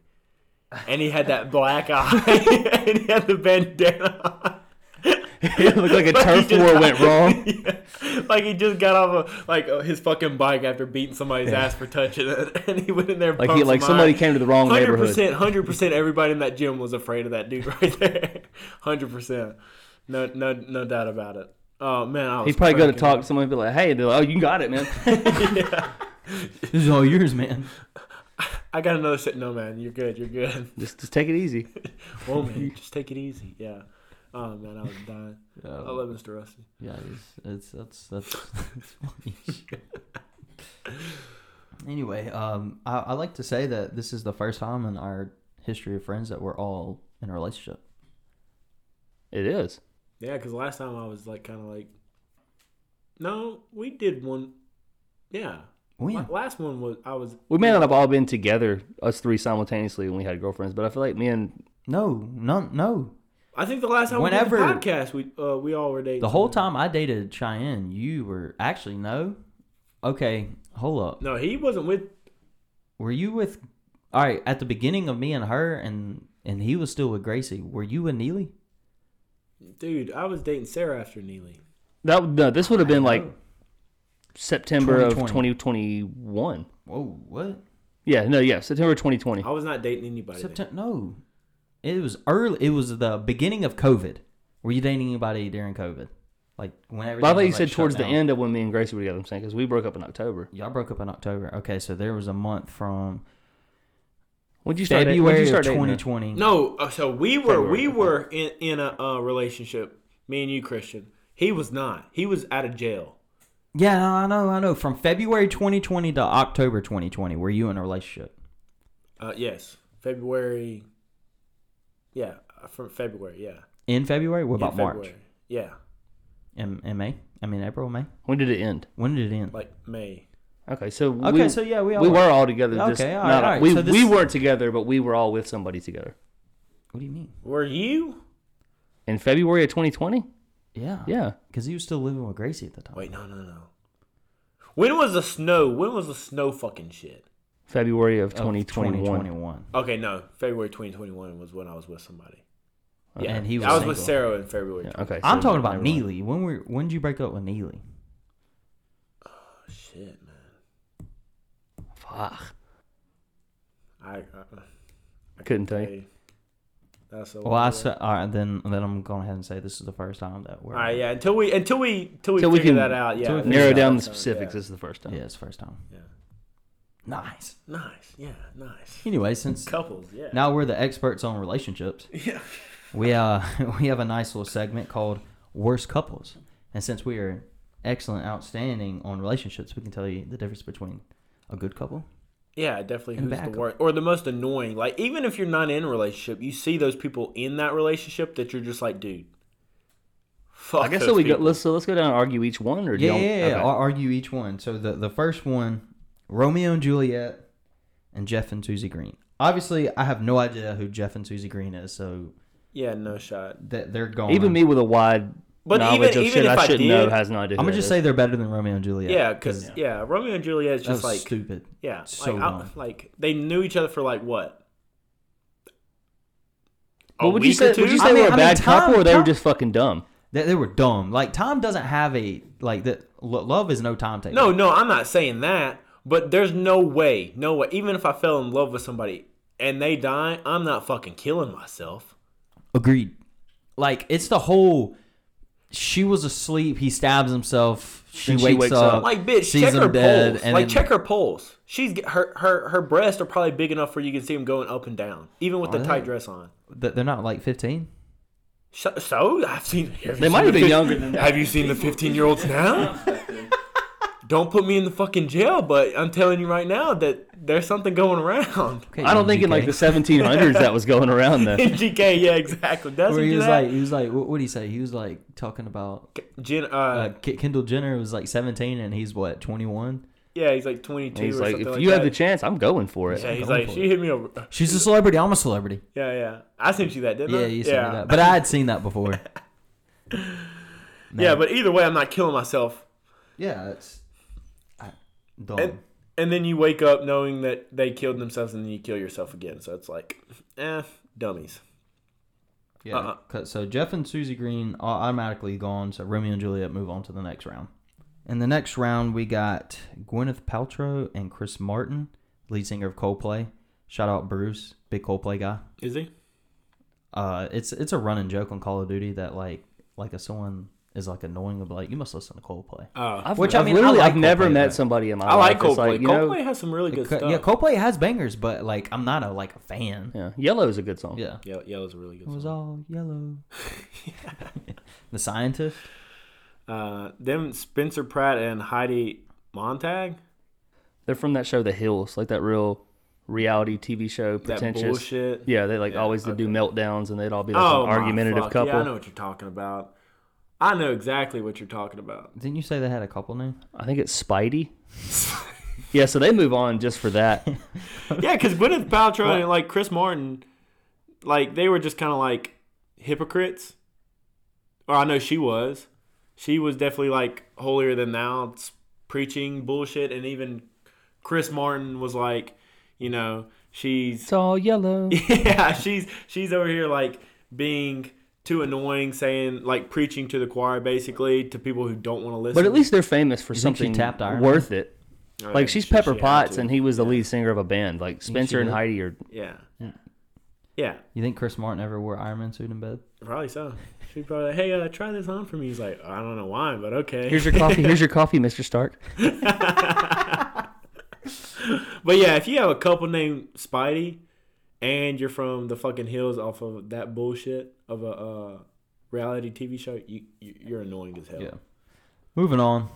Speaker 3: and he had that black eye, and he had the bandana. on.
Speaker 2: it looked like a
Speaker 3: But he
Speaker 2: turf
Speaker 3: did
Speaker 2: war
Speaker 3: not-
Speaker 2: went wrong.
Speaker 3: Yeah. Like he just got off of like uh, his fucking bike after beating somebody's ass for touching it, and he went in there. and
Speaker 2: Like he
Speaker 3: pumped
Speaker 2: like
Speaker 3: some
Speaker 2: somebody
Speaker 3: iron.
Speaker 2: came to the wrong
Speaker 3: Hundred
Speaker 2: neighborhood.
Speaker 3: percent, hundred percent. Everybody in that gym was afraid of that dude right there. Hundred percent, no, no, no doubt about it. Oh man, I was
Speaker 2: He'd probably go to
Speaker 3: cracking
Speaker 2: talk
Speaker 3: up.
Speaker 2: to someone and be like, Hey, they're like, Oh, you got it, man.
Speaker 1: This is all yours, man.
Speaker 3: I got another set. No man, you're good. You're good.
Speaker 2: just just take it easy.
Speaker 3: Whoa man, just take it easy. Yeah. Oh man, I was dying. I love Mr. Rusty.
Speaker 1: Yeah, it's, it's that's that's, that's funny. shit. anyway, um, I, I like to say that this is the first time in our history of friends that we're all in a relationship.
Speaker 2: It is.
Speaker 3: Yeah, because last time I was like kind of like, no, we did one. Yeah,
Speaker 1: When?
Speaker 3: La- last one was I was
Speaker 2: We may not have all been together, us three simultaneously when we had girlfriends, but I feel like me and
Speaker 1: No, no, no.
Speaker 3: I think the last time
Speaker 1: Whenever-
Speaker 3: we did the podcast, we uh, we all were dating.
Speaker 1: The whole time I dated Cheyenne, you were actually no. Okay, hold up.
Speaker 3: No, he wasn't with.
Speaker 1: Were you with? All right, at the beginning of me and her, and and he was still with Gracie. Were you with Neely?
Speaker 3: Dude, I was dating Sarah after Neely.
Speaker 2: that no, this would have been like September of
Speaker 1: 2020.
Speaker 2: 2021.
Speaker 1: Whoa, what?
Speaker 2: Yeah, no, yeah, September 2020.
Speaker 3: I was not dating anybody. then.
Speaker 1: September? No, it was early. It was the beginning of COVID. Were you dating anybody during COVID? Like whenever.
Speaker 2: But I thought you said towards the end of when me and Gracie were together. I'm saying because we broke up in October.
Speaker 1: Y'all broke up in October. Okay, so there was a month from
Speaker 2: When did you start? dating- when did
Speaker 1: February
Speaker 2: you
Speaker 1: of
Speaker 2: start dating her?
Speaker 1: 2020.
Speaker 3: No, uh, so we were
Speaker 2: February,
Speaker 3: we were in in a uh, relationship. Me and you, Christian. He was not. He was out of jail.
Speaker 1: Yeah, no, I know, I know. From February 2020 to October 2020, were you in a relationship?
Speaker 3: Uh, yes, February. Yeah, uh, from February. Yeah,
Speaker 1: In February? What
Speaker 3: In
Speaker 1: about March?
Speaker 3: February. Yeah,
Speaker 1: In, in May? I mean, April, May?
Speaker 2: When did it end?
Speaker 1: When did it end?
Speaker 3: like May.
Speaker 2: Okay, so
Speaker 1: Okay,
Speaker 2: we,
Speaker 1: so yeah, we all
Speaker 2: we
Speaker 1: were.
Speaker 2: were all together.
Speaker 1: Okay,
Speaker 2: just
Speaker 1: all right,
Speaker 2: not-
Speaker 1: all right,
Speaker 2: we
Speaker 1: so this-
Speaker 2: we weren't together, but we were all with somebody together
Speaker 1: What do you mean?
Speaker 3: Were you?
Speaker 2: in February of 2020.
Speaker 1: Uh-huh. Yeah.
Speaker 2: Yeah,
Speaker 1: Because he was still living with Gracie at the time.
Speaker 3: Wait, no, no, no. When was the snow? When was the snow fucking shit?
Speaker 2: February of
Speaker 1: Of
Speaker 2: 2021.
Speaker 1: 2021.
Speaker 3: Okay, no. February 2021 was when I was with somebody.
Speaker 2: Okay.
Speaker 1: And he was,
Speaker 3: I was
Speaker 1: single.
Speaker 3: with Sarah in February.
Speaker 2: Yeah, okay,
Speaker 1: I'm
Speaker 2: so
Speaker 1: talking about
Speaker 2: never mind.
Speaker 1: Neely. When were when did you break up with Neely?
Speaker 3: oh, Shit, man.
Speaker 2: Fuck,
Speaker 3: I, uh, I
Speaker 2: couldn't tell you.
Speaker 3: Hey, that's a
Speaker 1: Well, I said, all right, then then I'm going ahead and say this is the first time that we're.
Speaker 3: All right, yeah. Until we until we until we
Speaker 2: Till we
Speaker 3: figure
Speaker 2: can-
Speaker 3: that out, yeah.
Speaker 1: till we
Speaker 3: that's-
Speaker 2: Narrow
Speaker 1: Yeah,
Speaker 2: down the
Speaker 3: that's-
Speaker 2: specifics.
Speaker 3: yeah.
Speaker 2: This is the first time.
Speaker 1: Yeah, it's the first time.
Speaker 3: Yeah.
Speaker 1: Nice.
Speaker 3: Nice, yeah, nice.
Speaker 1: Anyway, since
Speaker 3: Couples, yeah.
Speaker 1: now we're the experts on relationships.
Speaker 3: Yeah.
Speaker 1: We uh we have a nice little segment called Worst Couples. And since we are excellent, outstanding on relationships, we can tell you the difference between a good couple.
Speaker 3: Yeah, definitely.
Speaker 1: And
Speaker 3: Who's the
Speaker 1: backup.
Speaker 3: worst or the most annoying? Like, even if you're not in a relationship, you see those people in that relationship that you're just like, dude, fuck.
Speaker 2: I guess
Speaker 3: those
Speaker 2: so. We go,
Speaker 3: people.
Speaker 2: let's so let's go down and argue each one, or do you
Speaker 1: Yeah, yeah,
Speaker 2: want-
Speaker 1: yeah.
Speaker 2: okay.
Speaker 1: I'll argue each one. So the, the first one, Romeo and Juliet and Jeff and Susie Green. Obviously, I have no idea who Jeff and Susie Green is, so
Speaker 3: Yeah, no shot.
Speaker 1: that they're gone.
Speaker 2: Even me with a wide
Speaker 3: But
Speaker 2: knowledge
Speaker 3: even-
Speaker 2: of
Speaker 3: even
Speaker 2: shit
Speaker 3: if
Speaker 2: I
Speaker 3: I
Speaker 2: shouldn't know
Speaker 3: did-
Speaker 2: has no idea.
Speaker 1: I'm
Speaker 2: who
Speaker 1: gonna
Speaker 2: it
Speaker 1: just
Speaker 2: is.
Speaker 1: say they're better than Romeo and Juliet.
Speaker 3: Yeah, because yeah. Romeo and Juliet is
Speaker 1: that was
Speaker 3: just like
Speaker 1: stupid.
Speaker 3: yeah,
Speaker 1: So
Speaker 3: like, I-
Speaker 1: dumb.
Speaker 3: like they knew each other for like what? A
Speaker 2: But would you
Speaker 3: week or
Speaker 2: say would you
Speaker 3: two?
Speaker 2: say
Speaker 1: I mean-
Speaker 2: they were a
Speaker 1: I mean,
Speaker 2: bad
Speaker 1: Tom-
Speaker 2: couple or they
Speaker 1: Tom-
Speaker 2: were just fucking dumb?
Speaker 1: They, they were dumb. Like Tom doesn't have a like that. lo- love is no timetable.
Speaker 3: No, no, I'm not saying that. But there's no way, no way. Even if I fell in love with somebody and they die, I'm not fucking killing myself.
Speaker 1: Agreed. Like it's the whole she was asleep. He stabs himself. She,
Speaker 2: Then
Speaker 1: wakes,
Speaker 2: she wakes
Speaker 1: up.
Speaker 2: up.
Speaker 3: Like bitch,
Speaker 1: sees
Speaker 3: check
Speaker 1: him
Speaker 3: her
Speaker 1: dead,
Speaker 3: pulse.
Speaker 1: and
Speaker 3: Like
Speaker 1: then-
Speaker 3: check her pulse. She's get- her her her breasts are probably big enough where you can see them going up and down, even with the
Speaker 1: Are
Speaker 3: tight
Speaker 1: they?
Speaker 3: dress on.
Speaker 1: Th- They're not like fifteen.
Speaker 3: So, so I've seen. have you
Speaker 2: They
Speaker 3: seen
Speaker 2: might
Speaker 3: the
Speaker 2: have been
Speaker 3: fif-
Speaker 2: younger than that.
Speaker 3: Have you seen the fifteen-year-olds now? Don't put me in the fucking jail, but I'm telling you right now that there's something going around.
Speaker 1: Okay,
Speaker 2: I don't think in like the 1700s that was going around then.
Speaker 3: GK, yeah, exactly. Doesn't
Speaker 1: Where he
Speaker 3: do
Speaker 1: was
Speaker 3: that.
Speaker 1: like, he was like, what would he say? He was like talking about
Speaker 3: Jen, uh,
Speaker 1: uh, K- Kendall Jenner was like seventeen, and he's what twenty one.
Speaker 3: yeah, he's like 22
Speaker 2: He's
Speaker 3: or
Speaker 2: like,
Speaker 3: something
Speaker 2: if
Speaker 3: like
Speaker 2: you
Speaker 3: that.
Speaker 2: have the chance, I'm going for it.
Speaker 3: yeah, he's
Speaker 1: going
Speaker 3: like,
Speaker 1: for
Speaker 3: she hit me over.
Speaker 1: She's a celebrity. I'm a celebrity.
Speaker 3: Yeah, yeah. I sent you that, didn't I?
Speaker 1: Yeah, you said that, but I had seen that before.
Speaker 3: yeah, but either way, I'm not killing myself.
Speaker 1: Yeah, it's I, dumb.
Speaker 3: And, and then you wake up knowing that they killed themselves, and then you kill yourself again. So it's like, eh, dummies.
Speaker 1: yeah.
Speaker 3: uh-uh.
Speaker 1: 'cause- So Jeff and Susie Green are automatically gone. So Romeo and Juliet move on to the next round. In the next round, we got Gwyneth Paltrow and Chris Martin, lead singer of Coldplay. Shout out Bruce, big Coldplay guy.
Speaker 3: Is he?
Speaker 1: Uh, it's it's a running joke on Call of Duty that like like if someone is like annoying, they'll be like, you must listen to Coldplay.
Speaker 3: Uh,
Speaker 2: I've,
Speaker 1: Which, I
Speaker 2: I've
Speaker 1: mean, I
Speaker 2: literally,
Speaker 1: like
Speaker 2: I've never
Speaker 1: Coldplay,
Speaker 2: met
Speaker 1: but-
Speaker 2: somebody in my
Speaker 3: I
Speaker 2: life.
Speaker 3: like
Speaker 2: that's
Speaker 3: Coldplay.
Speaker 2: Like, you know,
Speaker 3: Coldplay has some really good
Speaker 1: Co-
Speaker 3: stuff.
Speaker 1: yeah, Coldplay has bangers, but like I'm not a like a fan.
Speaker 2: yeah, Yellow is a good song.
Speaker 1: Yeah.
Speaker 3: yeah, yeah, was a really good.
Speaker 1: It
Speaker 3: Song.
Speaker 1: was all yellow. the scientist.
Speaker 3: Uh, them Spencer Pratt and Heidi Montag.
Speaker 2: They're from that show, The Hills, like that real reality TV show,
Speaker 3: That
Speaker 2: pretentious.
Speaker 3: bullshit. Oh,
Speaker 2: Yeah, they like always would do meltdowns, and they'd all be like an
Speaker 3: my
Speaker 2: argumentative
Speaker 3: fuck.
Speaker 2: couple.
Speaker 3: Yeah, I know what you're talking about. I know exactly what you're talking about.
Speaker 1: Didn't you say they had a couple name?
Speaker 2: I think it's Spidey. yeah, so they move on just for that.
Speaker 3: yeah, because Gwyneth Paltrow and like Chris Martin, like they were just kind of like hypocrites. Or I know she was. She was definitely like holier than thou, s- preaching bullshit, and even Chris Martin was like, you know, she's
Speaker 2: It's all yellow.
Speaker 3: yeah, she's she's over here like being too annoying, saying like preaching to the choir basically to people who don't want to listen.
Speaker 2: But at least they're famous for
Speaker 1: think she
Speaker 2: something
Speaker 1: tapped Iron
Speaker 2: worth it.
Speaker 3: I
Speaker 2: Like
Speaker 3: think
Speaker 2: she's
Speaker 3: Oh, she-
Speaker 2: Pepper
Speaker 3: she had
Speaker 2: Potts,
Speaker 3: to.
Speaker 2: and he was the lead singer of a band. Like Spencer and
Speaker 1: did.
Speaker 2: Heidi are.
Speaker 3: yeah, yeah.
Speaker 1: You think Chris Martin ever wore Iron Man suit in bed?
Speaker 3: Probably so. She probably like, hey, uh, try this on for me. He's like, I don't know why, but okay.
Speaker 2: Here's your coffee. Here's your coffee, Mister Stark.
Speaker 3: but yeah, if you have a couple named Spidey, and you're from the fucking hills off of that bullshit of a uh, reality TV show, you, you you're annoying as hell.
Speaker 1: Yeah. Moving on.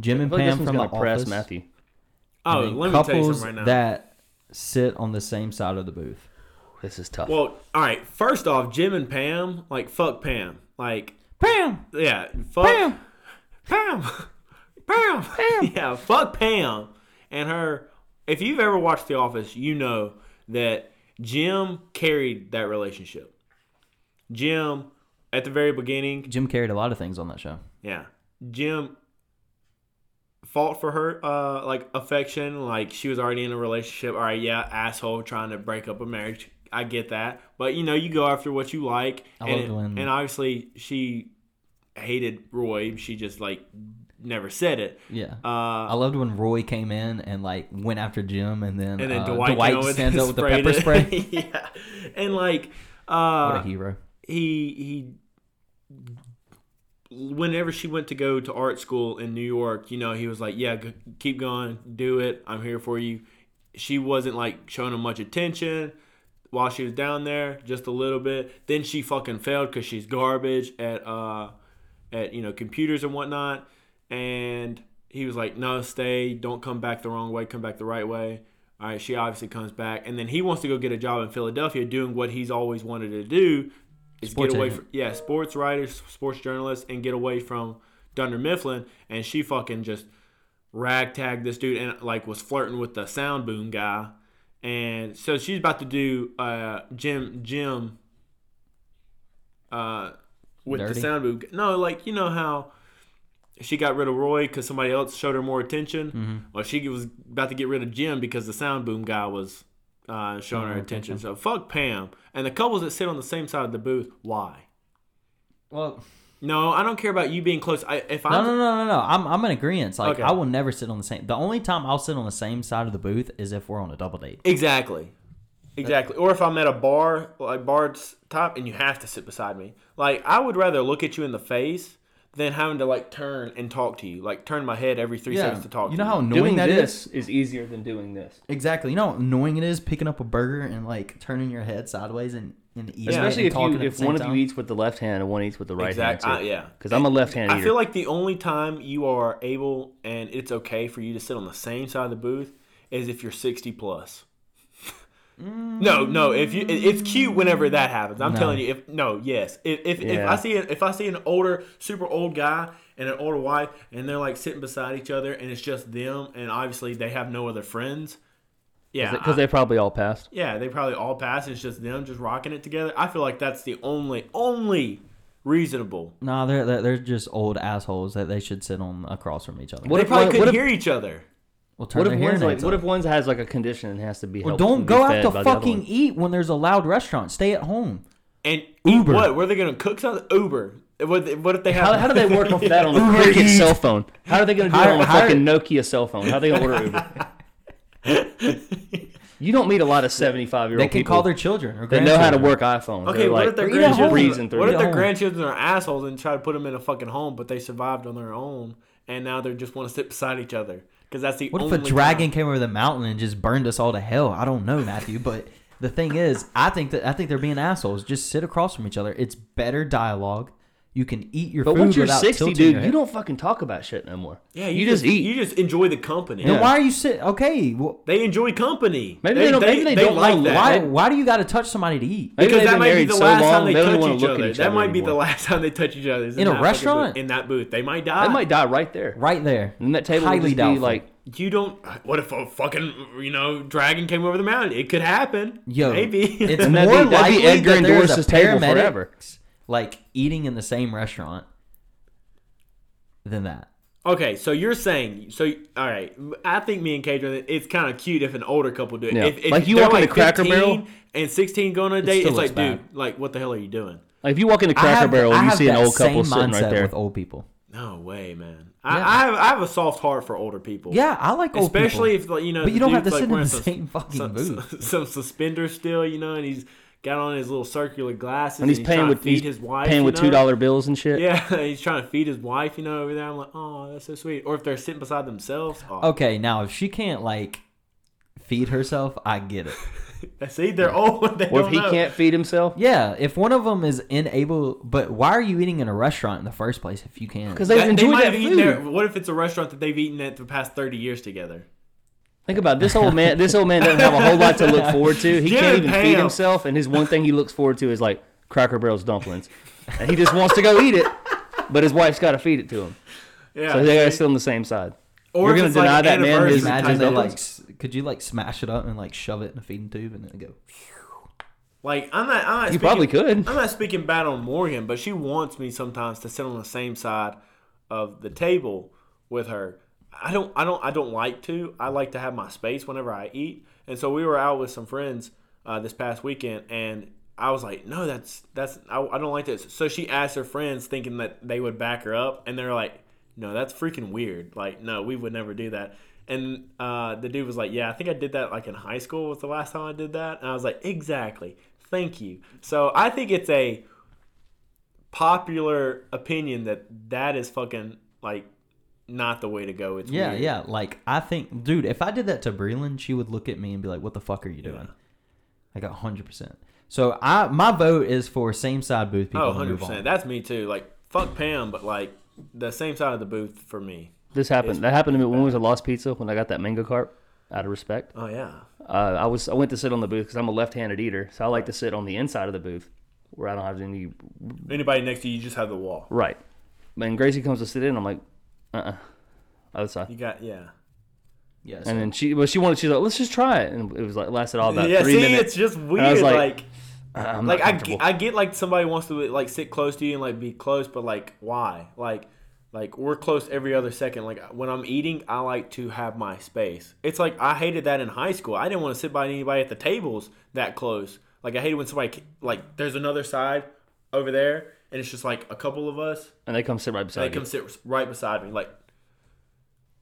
Speaker 1: Jim
Speaker 2: I
Speaker 1: and
Speaker 2: feel like this
Speaker 1: Pam
Speaker 2: one's
Speaker 1: from the
Speaker 2: gonna press
Speaker 1: office.
Speaker 2: Matthew.
Speaker 3: Oh,
Speaker 1: I mean,
Speaker 3: let me tell you
Speaker 1: couples
Speaker 3: something right now.
Speaker 1: that sit on the same side of the booth.
Speaker 2: This is tough.
Speaker 3: well, all right. First off, Jim and Pam, like fuck Pam, like
Speaker 1: Pam.
Speaker 3: yeah, fuck Pam, Pam, Pam, yeah, fuck Pam and her. If you've ever watched The Office, you know that Jim carried that relationship. Jim, at the very beginning,
Speaker 1: Jim carried a lot of things on that show.
Speaker 3: yeah. Jim fought for her uh like affection, like she was already in a relationship. All right, yeah, asshole trying to break up a marriage. I get that. But you know, you go after what you like.
Speaker 1: I
Speaker 3: and,
Speaker 1: loved when-
Speaker 3: and obviously she hated Roy. She just like never said it.
Speaker 1: Yeah.
Speaker 3: Uh
Speaker 1: I loved when Roy came in and like went after Jim, and then,
Speaker 3: and then
Speaker 1: uh,
Speaker 3: Dwight,
Speaker 1: Dwight
Speaker 3: Howard
Speaker 1: stands up with the
Speaker 3: sprayed
Speaker 1: pepper
Speaker 3: it.
Speaker 1: spray.
Speaker 3: yeah. And like
Speaker 1: what
Speaker 3: uh
Speaker 1: a hero.
Speaker 3: he he whenever she went to go to art school in New York, you know, he was like, "Yeah, g- keep going, do it. I'm here for you." She wasn't like showing him much attention while she was down there, just a little bit. Then she fucking failed cuz she's garbage at uh at you know, computers and whatnot, and he was like, "No, stay. Don't come back the wrong way. Come back the right way." All right, she obviously comes back, and then he wants to go get a job in Philadelphia, doing what he's always wanted to do, is
Speaker 1: Sports
Speaker 3: get away
Speaker 1: agent.
Speaker 3: from yeah, sports writer, s- sports journalist, and get away from Dunder Mifflin. And she fucking just ragtagged this dude and like was flirting with the sound boom guy, and so she's about to do uh Jim Jim uh with
Speaker 1: Dirty?
Speaker 3: the sound boom. No, like you know how she got rid of Roy because somebody else showed her more attention.
Speaker 1: Mm-hmm.
Speaker 3: Well, she was about to get rid of Jim because the sound boom guy was uh,
Speaker 1: Oh,
Speaker 3: showing her attention. So fuck Pam and the couples that sit on the same side of the booth. Why?
Speaker 1: Well,
Speaker 3: No, I don't care about you being close. I, if I
Speaker 1: No, no, no, no, no. I'm I'm in agreement. Like
Speaker 3: Okay.
Speaker 1: I will never sit on the same. The only time I'll sit on the same side of the booth is if we're on a double date.
Speaker 3: exactly, Exactly. Or if I'm at a bar, like bar top, and you have to sit beside me. Like I would rather look at you in the face than having to like turn and talk to you. Like turn my head every three seconds to talk.
Speaker 1: you
Speaker 3: to
Speaker 1: know how
Speaker 2: Doing
Speaker 1: annoying that is.
Speaker 2: this is easier than doing this,
Speaker 1: Exactly. You know how annoying it is picking up a burger and like turning your head sideways and, and eating
Speaker 2: especially
Speaker 1: it
Speaker 2: if
Speaker 1: and talking
Speaker 2: you,
Speaker 1: at
Speaker 2: if
Speaker 1: the same
Speaker 2: one of
Speaker 1: time.
Speaker 2: you eats with the left hand and one eats with the right
Speaker 3: Exact-
Speaker 2: hand.
Speaker 3: I- yeah.
Speaker 2: because I'm a left hand
Speaker 3: I
Speaker 2: eater.
Speaker 3: feel like the only time you are able and it's okay for you to sit on the same side of the booth is if you're 60 plus. No, no. If you, it- it's cute whenever that happens. I'm
Speaker 1: No.
Speaker 3: telling you. If no, yes. If if, if
Speaker 2: Yeah.
Speaker 3: I see if I see an older, super old guy and an older wife, and they're like sitting beside each other, and it's just them, and obviously they have no other friends. Yeah,
Speaker 2: because they probably all passed.
Speaker 3: yeah, they probably all pass. and It's just them just rocking it together. I feel like that's the only only reasonable.
Speaker 1: Nah, they're, they're they're just old assholes that they should sit on across from each other.
Speaker 2: What
Speaker 3: They
Speaker 2: if
Speaker 3: probably
Speaker 2: one-
Speaker 3: couldn't
Speaker 2: what if-
Speaker 3: hear each other.
Speaker 1: Well, turn
Speaker 2: What
Speaker 1: their
Speaker 2: if
Speaker 1: hearing
Speaker 2: one's like,
Speaker 1: aids
Speaker 2: what
Speaker 1: on.
Speaker 2: if one's has like a condition and has to be
Speaker 1: Well,
Speaker 2: helped?
Speaker 1: don't
Speaker 2: and be
Speaker 1: go out
Speaker 2: fed
Speaker 1: to
Speaker 2: by the other
Speaker 1: fucking
Speaker 2: one?
Speaker 1: eat when there's a loud restaurant. Stay at home.
Speaker 3: And
Speaker 1: Uber.
Speaker 3: Uber. What? Were they going to cook something? Uber. What, what if they have?
Speaker 2: How, how do they work off that on a
Speaker 1: Uber
Speaker 2: Cricket
Speaker 1: Eats.
Speaker 2: cell phone? How are they going to do it
Speaker 1: Hire-
Speaker 2: on a
Speaker 1: hire-
Speaker 2: fucking Nokia cell phone? How are they going to order Uber? you don't meet a lot of seventy-five-year-old
Speaker 1: They can
Speaker 2: people
Speaker 1: call their children or
Speaker 2: that know how to
Speaker 1: grandchildren.
Speaker 2: work iPhones.
Speaker 3: Okay,
Speaker 2: They're
Speaker 3: what
Speaker 2: like,
Speaker 3: if their
Speaker 2: "Read at home,"
Speaker 3: grandchildren?
Speaker 2: breezing through
Speaker 3: What
Speaker 2: it.
Speaker 3: if their
Speaker 1: Yeah.
Speaker 3: grandchildren are assholes and try to put them in a fucking home, but they survived on their own, and now they just want to sit beside each other because that's the
Speaker 1: What if
Speaker 3: only.
Speaker 1: a dragon came over the mountain and just burned us all to hell? I don't know, Matthew, but the thing is, I think that I think they're being assholes. Just sit across from each other. It's better dialogue. You can eat your
Speaker 2: But
Speaker 1: food
Speaker 2: once you're
Speaker 1: without
Speaker 2: sixty,
Speaker 1: tilting your
Speaker 2: dude,
Speaker 1: head.
Speaker 2: you don't fucking talk about shit no more.
Speaker 3: Time. Yeah,
Speaker 2: you, just, eat.
Speaker 3: You just enjoy the company.
Speaker 1: Then
Speaker 2: Yeah.
Speaker 1: why are you sit? Okay, well,
Speaker 3: They enjoy company.
Speaker 2: Maybe they don't- maybe they don't wanna
Speaker 3: that.
Speaker 1: why why do you got to touch somebody to eat?
Speaker 2: Maybe
Speaker 3: Because
Speaker 2: they've
Speaker 3: that
Speaker 2: been
Speaker 3: might be
Speaker 2: married
Speaker 3: the
Speaker 2: so
Speaker 3: last
Speaker 2: long
Speaker 3: time they
Speaker 2: they don't
Speaker 3: touch
Speaker 2: want
Speaker 3: each
Speaker 2: to look
Speaker 3: other.
Speaker 2: at each
Speaker 3: that
Speaker 2: other
Speaker 3: might be the
Speaker 2: anymore.
Speaker 3: last time they touch each other. is
Speaker 1: In a
Speaker 3: that fucking booth-
Speaker 1: restaurant?
Speaker 3: in that booth, they might die.
Speaker 2: They might die right there.
Speaker 1: Right there,
Speaker 2: And that table would
Speaker 1: Highly
Speaker 2: just be
Speaker 1: doubtful.
Speaker 2: like
Speaker 3: You don't. What if a fucking you know dragon came over the mountain? It could happen.
Speaker 1: Yo,
Speaker 3: maybe.
Speaker 1: it's
Speaker 2: And that'd
Speaker 1: more
Speaker 2: be- that'd
Speaker 1: likely
Speaker 2: be Edgar
Speaker 1: that there's a
Speaker 2: Endorsed table
Speaker 1: paramedic
Speaker 2: forever.
Speaker 1: like eating in the same restaurant than that.
Speaker 3: Okay, so you're saying so? All right, I think me and Cajun, it's kind of cute if an older couple do it.
Speaker 2: Yeah.
Speaker 3: If, if
Speaker 2: Like, you
Speaker 3: they're
Speaker 2: walk into Cracker
Speaker 3: 15
Speaker 2: Barrel-
Speaker 3: and sixteen going on a date,
Speaker 1: still
Speaker 3: it's like,
Speaker 1: looks bad.
Speaker 3: dude, like what the hell are you doing?
Speaker 2: like if you walk into
Speaker 1: I
Speaker 2: Cracker
Speaker 1: have-
Speaker 2: Barrel,
Speaker 1: I
Speaker 2: you
Speaker 1: have
Speaker 2: see an
Speaker 1: that
Speaker 2: old
Speaker 1: same
Speaker 2: couple sitting right
Speaker 1: mindset
Speaker 2: there.
Speaker 1: with old people.
Speaker 3: No way, man. I,
Speaker 1: Yeah.
Speaker 3: I have I have a soft heart for older people.
Speaker 1: Yeah, I like old people.
Speaker 3: especially if like, you know,
Speaker 1: But you
Speaker 3: the
Speaker 1: don't have
Speaker 3: dude's,
Speaker 1: to sit in
Speaker 3: wearing
Speaker 1: the same fucking
Speaker 3: some,
Speaker 1: booth.
Speaker 3: Some suspenders still, you know, and he's got on his little circular glasses,
Speaker 2: and he's
Speaker 3: trying
Speaker 2: paying
Speaker 3: to
Speaker 2: with
Speaker 3: feed
Speaker 2: he's
Speaker 3: his wife,
Speaker 2: paying
Speaker 3: you
Speaker 2: with
Speaker 3: know?
Speaker 2: two dollar bills and shit.
Speaker 3: Yeah, he's trying to feed his wife, you know, over there. I'm like, oh, that's so sweet. Or if they're sitting beside themselves, oh,
Speaker 1: Okay, now if she can't like feed herself, I get it.
Speaker 3: see, they're old. They
Speaker 2: Or if
Speaker 3: don't
Speaker 2: he
Speaker 3: know.
Speaker 2: can't feed himself,
Speaker 1: Yeah, if one of them is unable, but why are you eating in a restaurant in the first place if you can't?
Speaker 2: because they've
Speaker 3: That- they
Speaker 2: enjoyed
Speaker 3: might
Speaker 2: that
Speaker 3: have eaten there.
Speaker 2: food.
Speaker 3: What if it's a restaurant that they've eaten at the past thirty years together?
Speaker 2: Think about it. this old man. This old man doesn't have a whole lot to look forward to. He
Speaker 3: Jim
Speaker 2: can't even feed
Speaker 3: Pam.
Speaker 2: himself, and his one thing he looks forward to is like Cracker Barrel's dumplings, and he just wants to go eat it, but his wife's got to feed it to him.
Speaker 3: Yeah.
Speaker 2: So they gotta sit on the same side.
Speaker 3: or
Speaker 2: You're
Speaker 3: if
Speaker 2: gonna
Speaker 3: it's
Speaker 2: deny
Speaker 3: like
Speaker 2: that man his-
Speaker 3: anniversary
Speaker 1: Imagine
Speaker 3: type
Speaker 1: they
Speaker 3: of-
Speaker 1: like, s- could you like smash it up and like shove it in a feeding tube and then go?
Speaker 3: Like I'm not. I'm not
Speaker 2: You
Speaker 3: speaking,
Speaker 2: probably could.
Speaker 3: I'm not speaking bad on Morgan, but she wants me sometimes to sit on the same side of the table with her. I don't. I don't. I don't like to. I like to have my space whenever I eat. And so we were out with some friends uh, this past weekend, and I was like, "No, that's that's. I, I don't like this." So she asked her friends, thinking that they would back her up, and they're like, "No, that's freaking weird. Like, no, we would never do that." And uh, the dude was like, "Yeah, I think I did that like in high school was the last time I did that." And I was like, "Exactly. Thank you." So I think it's a popular opinion that that is fucking like not the way to go. It's
Speaker 1: Yeah,
Speaker 3: weird.
Speaker 1: yeah. Like I think, dude, if I did that to Breland, she would look at me and be like, "What the fuck are you doing?" Like Like hundred percent. So I, my vote is for same side booth people.
Speaker 3: Oh,
Speaker 1: to
Speaker 3: 100
Speaker 1: move on.
Speaker 3: percent. That's me too. Like fuck Pam, but like the same side of the booth for me.
Speaker 2: This happened. That happened to me when we was at Lost Pizza when I got that mango carp. Out of respect,
Speaker 3: Oh yeah.
Speaker 2: uh, I was I went to sit on the booth because I'm a left-handed eater, so I like to sit on the inside of the booth where I don't have any
Speaker 3: Anybody next to you, you just have the wall.
Speaker 2: right. And Gracie comes to sit in. I'm like, uh, uh other
Speaker 3: You
Speaker 2: side.
Speaker 3: got yeah.
Speaker 1: Yes.
Speaker 2: And then she, well, she wanted. She's like, let's just try it, and it was like lasted all about
Speaker 3: yeah.
Speaker 2: three
Speaker 3: See,
Speaker 2: minutes.
Speaker 3: it's just weird.
Speaker 2: was like,
Speaker 3: like
Speaker 2: Uh, I'm not
Speaker 3: like I,
Speaker 2: comfortable.
Speaker 3: get- I get like somebody wants to like sit close to you and like be close but like why like like we're close every other second like when i'm eating i like to have my space it's like i hated that in high school i didn't want to sit by anybody at the tables that close like i hated when somebody like there's another side over there and it's just like a couple of us
Speaker 2: and they come sit right
Speaker 3: they
Speaker 2: beside me.
Speaker 3: come sit right beside me like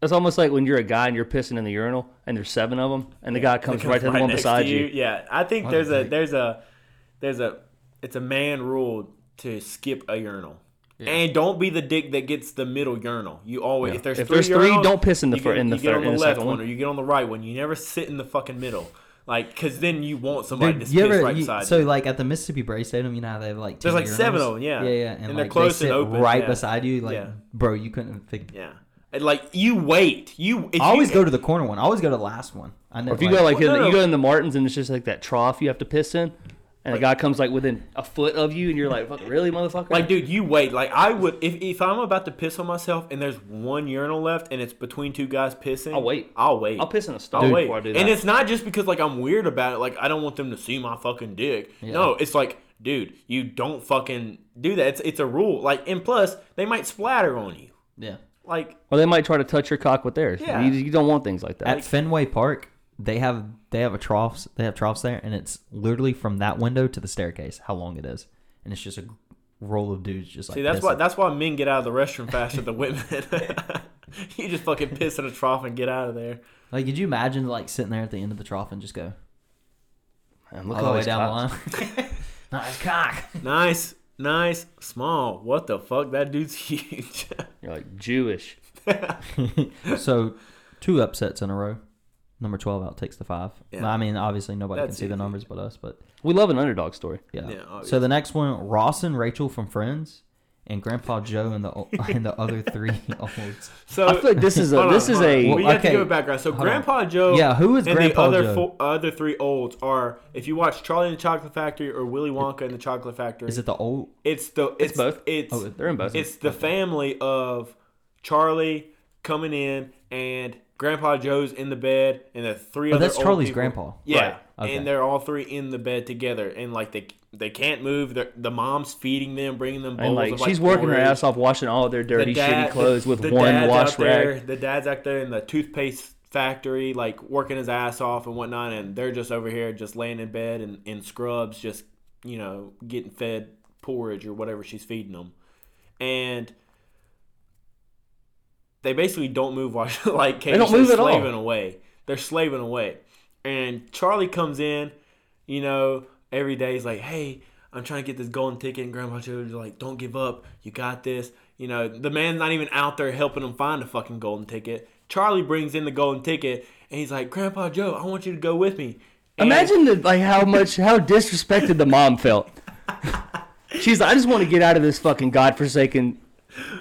Speaker 2: It's almost like when you're a guy and you're pissing in the urinal and there's seven of them and the guy comes, right to the one
Speaker 3: next
Speaker 2: beside you.
Speaker 3: Yeah, I think there's a there's a there's a it's a man rule to skip a urinal. And don't be the dick that gets the middle urinal. You always
Speaker 2: Yeah.
Speaker 3: if there's
Speaker 2: If
Speaker 3: three,
Speaker 2: there's three,
Speaker 3: urinals,
Speaker 2: don't piss in the
Speaker 3: you
Speaker 2: fir-
Speaker 3: get,
Speaker 2: in the
Speaker 3: you get
Speaker 2: fir-
Speaker 3: on the
Speaker 2: in the
Speaker 3: left
Speaker 2: second
Speaker 3: one
Speaker 2: one.
Speaker 3: or you get on the right one. You never sit in the fucking middle, like because then you want somebody
Speaker 1: Dude,
Speaker 3: to
Speaker 1: you
Speaker 3: piss
Speaker 1: ever,
Speaker 3: right
Speaker 1: you-
Speaker 3: beside
Speaker 1: so
Speaker 3: you.
Speaker 1: like at the Mississippi Bray Stadium, you know how they have like
Speaker 3: There's,
Speaker 1: 10
Speaker 3: like, seven
Speaker 1: urinals?
Speaker 3: of 'em, yeah.
Speaker 1: yeah, yeah, and,
Speaker 3: And they're
Speaker 1: like
Speaker 3: close
Speaker 1: they sit
Speaker 3: and open,
Speaker 1: right
Speaker 3: yeah.
Speaker 1: beside you, like
Speaker 3: Yeah.
Speaker 1: bro, you couldn't pick.
Speaker 3: Yeah, and like you wait. You if
Speaker 1: I always
Speaker 3: you,
Speaker 1: go to the corner one. I always go to the last one. I know.
Speaker 2: Or if you go like
Speaker 3: Well,
Speaker 2: in-
Speaker 3: no,
Speaker 2: you
Speaker 3: no.
Speaker 2: go in the Martins and it's just like that trough you have to piss in, and the guy comes like within a foot of you and you're like, "Fuck, really, motherfucker?
Speaker 3: Like, dude, you wait. Like, I would if, if I'm about to piss on myself and there's one urinal left and it's between two guys pissing.
Speaker 2: I'll wait.
Speaker 3: I'll wait.
Speaker 2: I'll piss in a stall
Speaker 3: I'll wait.
Speaker 2: before I do that.
Speaker 3: And it's not just because like I'm weird about it. Like I don't want them to see my fucking dick. No, it's like, dude, you don't fucking do that. It's it's a rule. Like, and plus they might splatter on you.
Speaker 1: yeah.
Speaker 3: Like,
Speaker 2: or they might try to touch your cock with theirs.
Speaker 3: Yeah.
Speaker 2: You, you don't want things like that.
Speaker 1: At Fenway Park, they have they have a troughs. They have troughs there, and it's literally from that window to the staircase. How long it is, and it's just a roll of dudes just like.
Speaker 3: see, that's why
Speaker 1: pissing.
Speaker 3: that's why men get out of the restroom faster than women. you just fucking piss in a trough and get out of there.
Speaker 1: Like, could you imagine like sitting there at the end of the trough and just go
Speaker 2: Man, look
Speaker 1: all
Speaker 2: at
Speaker 1: the
Speaker 2: all
Speaker 1: way down
Speaker 2: these cocks.
Speaker 1: the line? nice cock.
Speaker 3: Nice, nice, small. What the fuck? That dude's huge.
Speaker 2: You're like Jewish.
Speaker 1: so two upsets in a row. Number twelve outtakes the five.
Speaker 3: Yeah.
Speaker 1: I mean, obviously nobody can
Speaker 3: That's
Speaker 1: see the
Speaker 3: easy.
Speaker 1: numbers but us, but
Speaker 2: We love an underdog story.
Speaker 1: yeah.
Speaker 3: Yeah, obviously.
Speaker 1: so the next one, Ross and Rachel from Friends, and Grandpa Joe and the o- and the other three olds.
Speaker 3: So
Speaker 2: I feel like this is a
Speaker 3: Hold on,
Speaker 2: this is
Speaker 3: hold on.
Speaker 2: a
Speaker 1: Well,
Speaker 3: We have to
Speaker 1: okay.
Speaker 3: give a background. So
Speaker 1: Hold
Speaker 3: Grandpa Joe,
Speaker 1: Yeah, who is
Speaker 3: and
Speaker 1: Grandpa
Speaker 3: the other
Speaker 1: Joe?
Speaker 3: Fo- other three olds are if you watch Charlie and the Chocolate Factory or Willy Wonka and the Chocolate Factory.
Speaker 1: Is it the old?
Speaker 3: it's the it's,
Speaker 2: both.
Speaker 3: It's
Speaker 1: Oh,
Speaker 2: they're in both.
Speaker 3: it's the family of Charlie coming in and Grandpa Joe's in the bed and the three.
Speaker 1: Oh,
Speaker 3: other
Speaker 1: that's
Speaker 3: old
Speaker 1: Charlie's
Speaker 3: people-
Speaker 1: grandpa.
Speaker 3: Yeah,
Speaker 1: Right. Okay.
Speaker 3: and they're all three in the bed together and like they they can't move. They're, the mom's feeding them, bringing them.
Speaker 2: and
Speaker 3: bowls
Speaker 2: like
Speaker 3: of,
Speaker 2: she's working her
Speaker 3: porridge
Speaker 2: ass off washing all their dirty,
Speaker 3: dad-
Speaker 2: shitty clothes with
Speaker 3: the
Speaker 2: one
Speaker 3: dad's
Speaker 2: wash
Speaker 3: out there,
Speaker 2: rag.
Speaker 3: The dad's out there in the toothpaste factory, like working his ass off and whatnot, and they're just over here, just laying in bed and in scrubs, just you know, getting fed porridge or whatever she's feeding them, and they basically don't move. While, like Katie
Speaker 2: don't
Speaker 3: said,
Speaker 2: move at all.
Speaker 3: slaving away. They're slaving away, and Charlie comes in you know, every day he's like, hey, I'm trying to get this golden ticket. And Grandpa Joe's like, don't give up. You got this. You know, the man's not even out there helping him find the fucking golden ticket. Charlie brings in the golden ticket and he's like, Grandpa Joe, I want you to go with me. And-
Speaker 2: Imagine the, like how much how disrespected the mom felt. She's like, I just want to get out of this fucking godforsaken,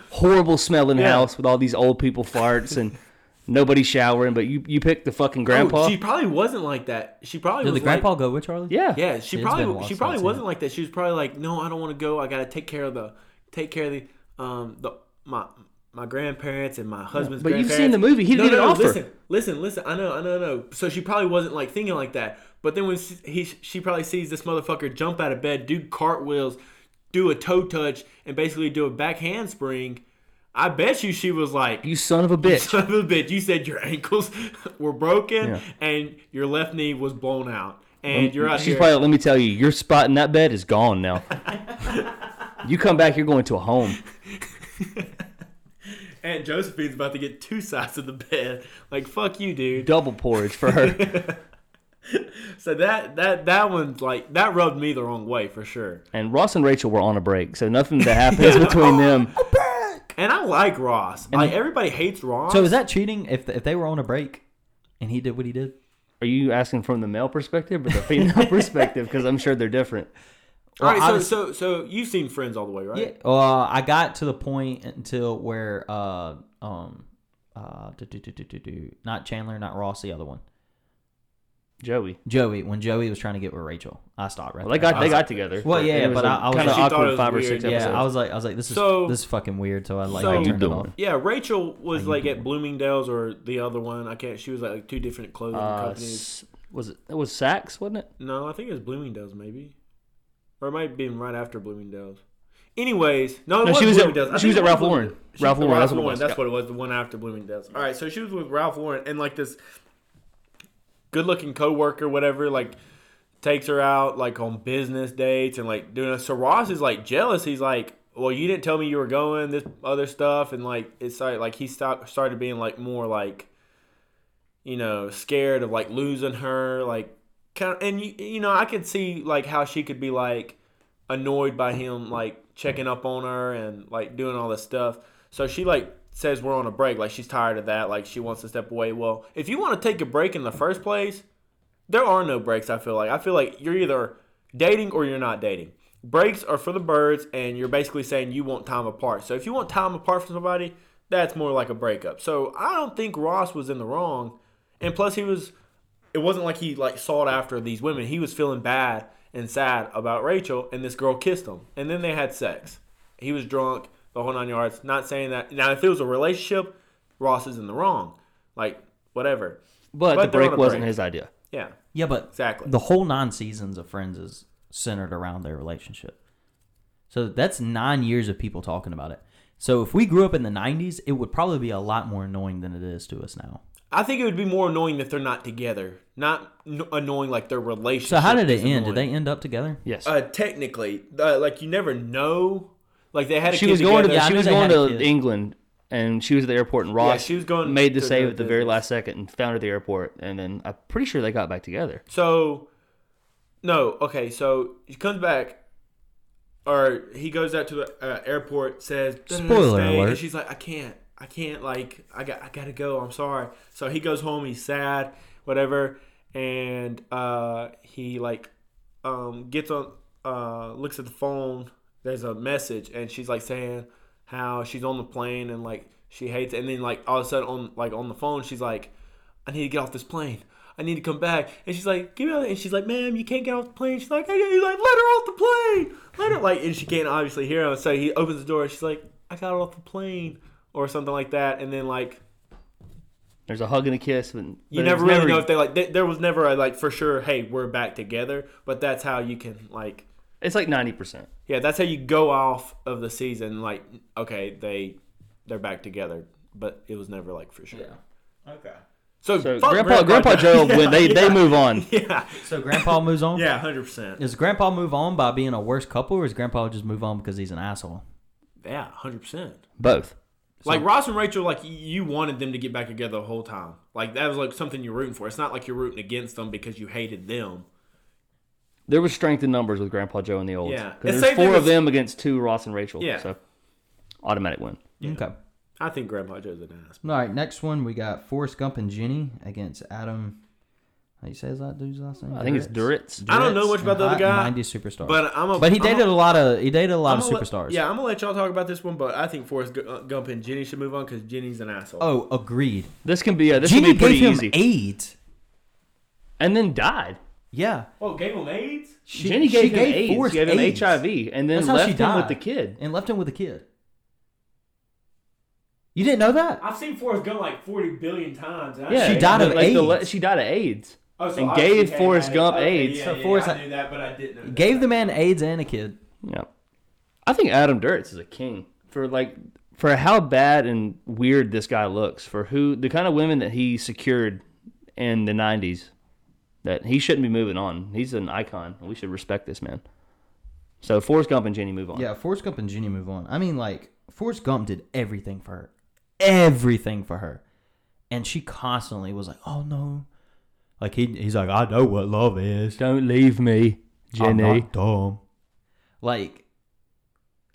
Speaker 2: horrible smelling house with all these old people farts and nobody showering. But you you pick the fucking grandpa.
Speaker 3: Oh, she probably wasn't like that. She probably
Speaker 1: Did
Speaker 3: was
Speaker 1: the grandpa
Speaker 3: like,
Speaker 1: go with Charlie?
Speaker 2: yeah,
Speaker 3: yeah, she
Speaker 1: It's been a while
Speaker 3: probably she
Speaker 1: since I've
Speaker 3: probably
Speaker 1: seen
Speaker 3: wasn't
Speaker 1: it.
Speaker 3: like that. She was probably like, no, I don't want to go. I gotta take care of the take care of the um the my my grandparents and my husband's.
Speaker 2: but you've
Speaker 3: grandparents.
Speaker 2: seen the movie. He didn't even offer.
Speaker 3: Listen, listen, listen. I know, I know, I know. So she probably wasn't like thinking like that. But then when she, he she probably sees this motherfucker jump out of bed, do cartwheels, do a toe touch, and basically do a back handspring. I bet you she was like,
Speaker 2: You son of a bitch.
Speaker 3: son of a bitch, you said your ankles were broken
Speaker 2: Yeah.
Speaker 3: and your left knee was blown out. And you're out
Speaker 2: She's
Speaker 3: here.
Speaker 2: probably like, let me tell you, your spot in that bed is gone now. you come back, you're going to a home.
Speaker 3: Aunt Josephine's about to get two sides of the bed. Like, fuck you, dude.
Speaker 2: Double porridge for her.
Speaker 3: So that that that one's like that rubbed me the wrong way for sure.
Speaker 2: and Ross and Rachel were on a break, so nothing that happens between them.
Speaker 3: And I like Ross. like everybody hates Ross.
Speaker 1: So is that cheating? If if they were on a break, and he did what he did,
Speaker 2: Are you asking from the male perspective or the female perspective? Because I'm sure they're different.
Speaker 3: all right,
Speaker 1: Well,
Speaker 3: so, so so you've seen Friends all the way, right?
Speaker 1: Yeah. Uh, I got to the point until where uh um uh do, do, do, do, do, do. not Chandler, not Ross, the other one,
Speaker 2: Joey.
Speaker 1: Joey. When Joey was trying to get with Rachel, I stopped right.
Speaker 2: Well, they
Speaker 1: there.
Speaker 2: got they got together.
Speaker 1: Well, yeah,
Speaker 2: And it was
Speaker 1: but I- I was-
Speaker 2: kind of
Speaker 3: She thought it
Speaker 2: awkward
Speaker 3: was
Speaker 2: five or
Speaker 3: weird,
Speaker 2: six
Speaker 3: yeah.
Speaker 1: yeah,
Speaker 2: episodes.
Speaker 1: I was like, I was like, this is
Speaker 3: So-
Speaker 1: this is fucking weird. So I like
Speaker 3: so-
Speaker 1: I
Speaker 2: you
Speaker 1: turned it
Speaker 2: doing?
Speaker 1: off.
Speaker 3: Yeah, Rachel was like at Bloomingdale's or the other one. I can't. She was at, like two different clothing
Speaker 2: Uh,
Speaker 3: companies.
Speaker 2: s- was it? It was Saks, wasn't it?
Speaker 3: No, I think it was Bloomingdale's maybe, or it might have been right after Bloomingdale's. Anyways, no, it
Speaker 2: No,
Speaker 3: was
Speaker 2: she was at-
Speaker 3: Bloomingdale's. I
Speaker 2: she was
Speaker 3: think
Speaker 2: at
Speaker 3: it
Speaker 2: Ralph
Speaker 3: Blooming-
Speaker 2: Lauren.
Speaker 3: She-
Speaker 2: Ralph Lauren, that's
Speaker 3: Ralph
Speaker 2: what it
Speaker 3: Lauren.
Speaker 2: was,
Speaker 3: That's
Speaker 2: yeah.
Speaker 3: what it was. The one after Bloomingdale's. All right, so she was with Ralph Lauren and like this good-looking coworker, whatever. Like takes her out like on business dates and like doing. So Ross is like jealous. He's like, well, you didn't tell me you were going this other stuff, and like it started like he stopped started being like more like, you know, scared of like losing her, like kind of, and you you know I could see like how she could be like annoyed by him like checking up on her and like doing all this stuff. So she like says we're on a break, like she's tired of that, like she wants to step away. Well, if you want to take a break in the first place, there are no breaks. I feel like I feel like you're either dating or you're not dating. Breaks are for the birds, and you're basically saying you want time apart. So if you want time apart from somebody, that's more like a breakup. So I don't think Ross was in the wrong, and plus he was. It wasn't like he like sought after these women. He was feeling bad and sad about Rachel, and this girl kissed him, and then they had sex. He was drunk, the whole nine yards. Not saying that now if it was a relationship, Ross is in the wrong. Like whatever.
Speaker 2: But,
Speaker 3: But
Speaker 2: the
Speaker 3: they're on
Speaker 2: break
Speaker 3: a
Speaker 2: wasn't
Speaker 3: break.
Speaker 2: his idea.
Speaker 3: Yeah,
Speaker 1: Yeah, but
Speaker 3: exactly.
Speaker 1: the whole nine seasons of Friends is centered around their relationship. So that's nine years of people talking about it. So if we grew up in the '90s, it would probably be a lot more annoying than it is to us now.
Speaker 3: I think it would be more annoying if they're not together, not n- annoying like their relationship.
Speaker 1: So how did
Speaker 3: is
Speaker 1: it end?
Speaker 3: annoying.
Speaker 1: Did they end up together?
Speaker 2: Yes.
Speaker 3: Uh, technically, uh, like you never know. Like they had a
Speaker 2: she
Speaker 3: kid
Speaker 2: was going to
Speaker 3: together.
Speaker 1: Yeah, I
Speaker 2: she
Speaker 1: knew
Speaker 2: was
Speaker 1: they
Speaker 2: going
Speaker 1: had a
Speaker 2: to
Speaker 1: kid.
Speaker 2: England and she was at the airport and Ross
Speaker 3: she was going
Speaker 2: made the
Speaker 3: to
Speaker 2: save
Speaker 3: do
Speaker 2: at the very
Speaker 3: business.
Speaker 2: last second and found her at the airport and then I'm pretty sure they got back together.
Speaker 3: So, no, okay. So he comes back, or he goes out to the uh, airport. Says "Da, da, da,
Speaker 1: Spoiler
Speaker 3: stay,"
Speaker 1: alert.
Speaker 3: And she's like, I can't, I can't. Like, I got, I gotta go. I'm sorry. So he goes home. He's sad, whatever. And uh, he like um, gets on, uh, looks at the phone. There's a message, and she's like saying how she's on the plane and like she hates. It. And then like all of a sudden on like on the phone, she's like, I need to get off this plane. I need to come back. And she's like, give me out. And she's like, ma'am, you can't get off the plane. She's like, I he's like, let her off the plane. Let her like, and she can't obviously hear him. So he opens the door. She's like, I got off the plane or something like that. And then like,
Speaker 2: There's a hug and a kiss and
Speaker 3: you never really know
Speaker 2: e,
Speaker 3: if they like. Th- there was never a like for sure. Hey, we're back together. But that's how you can like.
Speaker 2: it's like 90%.
Speaker 3: Yeah, that's how you go off of the season. Like, okay, they they're back together, but it was never like for sure.
Speaker 1: Okay.
Speaker 3: So,
Speaker 2: So
Speaker 3: fuck
Speaker 2: Grandpa Grandpa Joe when they they move on.
Speaker 3: Yeah,
Speaker 1: So Grandpa moves on.
Speaker 3: yeah, hundred percent.
Speaker 1: Does Grandpa move on by being a worse couple, or does Grandpa just move on because he's an asshole?
Speaker 3: Yeah, hundred percent.
Speaker 2: Both.
Speaker 3: Like Ross and Rachel, like y- you wanted them to get back together the whole time. Like that was like something you're rooting for. It's not like you're rooting against them because you hated them.
Speaker 2: There was strength in numbers with Grandpa Joe and the olds.
Speaker 3: Yeah.
Speaker 2: Because there's
Speaker 3: It's same thing
Speaker 2: four of
Speaker 3: with-
Speaker 2: them against two Ross and Rachel.
Speaker 3: Yeah.
Speaker 2: So automatic win.
Speaker 1: Okay.
Speaker 3: I think Grandpa Joe's an ass.
Speaker 1: All right, next one we got Forrest Gump and Jenny against Adam. How you say his that dude's last name?
Speaker 2: I think it's Duritz.
Speaker 3: I don't know much about the other guy,
Speaker 1: Ninety superstars.
Speaker 3: but I'm a,
Speaker 1: but he
Speaker 3: I'm a-
Speaker 1: dated a lot of he dated a lot
Speaker 3: I'm
Speaker 1: of
Speaker 3: gonna let-
Speaker 1: superstars.
Speaker 3: yeah, I'm gonna let y'all talk about this one, but I think Forrest Gu- uh, Gump and Jenny should move on because Jenny's an asshole.
Speaker 1: Oh, agreed.
Speaker 2: This can be uh, this
Speaker 1: Jenny
Speaker 2: can be pretty
Speaker 1: gave him
Speaker 2: easy.
Speaker 1: AIDS.
Speaker 2: and then died.
Speaker 1: Yeah.
Speaker 3: oh gave him AIDS.
Speaker 1: She,
Speaker 2: Jenny gave
Speaker 1: she
Speaker 2: him AIDS,
Speaker 1: Forrest
Speaker 2: gave him
Speaker 1: AIDS.
Speaker 2: HIV, and then
Speaker 1: That's how she
Speaker 2: left him with
Speaker 1: died.
Speaker 2: the kid.
Speaker 1: And left him with a kid. You didn't know that?
Speaker 3: I've seen Forrest Gump like 40 billion times. and I-
Speaker 2: Yeah,
Speaker 1: She died of
Speaker 2: like the le-
Speaker 1: AIDS.
Speaker 2: she died of AIDS.
Speaker 3: Oh, so
Speaker 2: and
Speaker 3: obviously
Speaker 2: gave
Speaker 3: he had
Speaker 2: Forrest
Speaker 3: it.
Speaker 2: Gump
Speaker 3: Okay,
Speaker 2: AIDS.
Speaker 3: Yeah,
Speaker 1: So
Speaker 3: yeah,
Speaker 1: Forrest-
Speaker 3: I knew that, but I didn't know. that.
Speaker 1: Gave the man AIDS and a kid.
Speaker 2: Yeah, I think Adam Duritz is a king for like for how bad and weird this guy looks for who the kind of women that he secured in the '90s. That he shouldn't be moving on. He's an icon. We should respect this man. So Forrest Gump and Jenny move on.
Speaker 1: Yeah, Forrest Gump and Ginny move on. I mean, like Forrest Gump did everything for her, everything for her, and she constantly was like, "Oh no," like he he's like, "I know what love is,
Speaker 2: Don't leave me,
Speaker 1: I'm
Speaker 2: Jenny.
Speaker 1: not dumb." Like,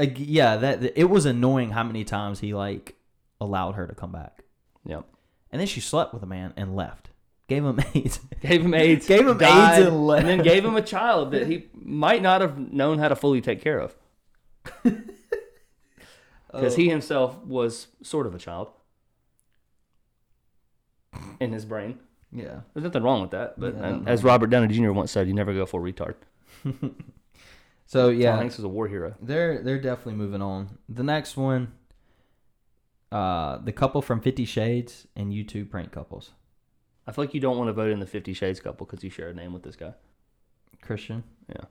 Speaker 1: ag- yeah, that it was annoying how many times he like allowed her to come back,
Speaker 2: Yep.
Speaker 1: and then she slept with a man and left, gave him AIDS.
Speaker 2: Gave him AIDS.
Speaker 1: Gave him
Speaker 2: died,
Speaker 1: AIDS and left.
Speaker 2: and then gave him a child that he might not have known how to fully take care of. Because
Speaker 1: Oh.
Speaker 2: he himself was sort of a child in his brain.
Speaker 1: Oh, yeah.
Speaker 2: There's nothing wrong with that. But
Speaker 1: Yeah, I don't
Speaker 2: and as Robert Downey Jr. once said, you never go full retard.
Speaker 1: So
Speaker 2: Yeah.
Speaker 1: yeah,
Speaker 2: Hanks was a war hero.
Speaker 1: they're they're definitely moving on. The next one, uh, the couple from Fifty Shades and you two prank couples.
Speaker 2: I feel like you don't want to vote in the Fifty Shades couple because you share a name with this guy.
Speaker 1: Christian
Speaker 2: Yeah.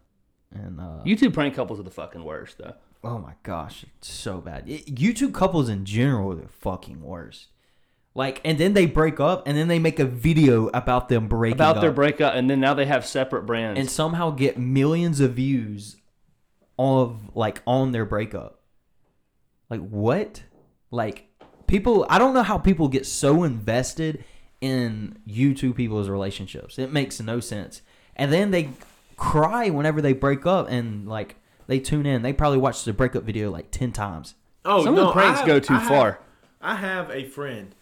Speaker 1: and uh,
Speaker 2: You two prank couples are the fucking worst, though.
Speaker 1: oh my gosh, it's so bad. Y- You two couples in general are the fucking worst. Like, and then they break up, and then they make a video about them breaking
Speaker 2: About
Speaker 1: up,
Speaker 2: their breakup, and then now they have separate brands.
Speaker 1: and somehow get millions of views of like on their breakup. Like what? Like people I don't know how people get so invested in you two people's relationships. It makes no sense. And then they cry whenever they break up and like they tune in. They probably watch the breakup video like 10 times.
Speaker 3: Oh,
Speaker 2: Some of the pranks
Speaker 3: I
Speaker 2: go
Speaker 3: have-
Speaker 2: too
Speaker 3: I have-
Speaker 2: far.
Speaker 3: I have a friend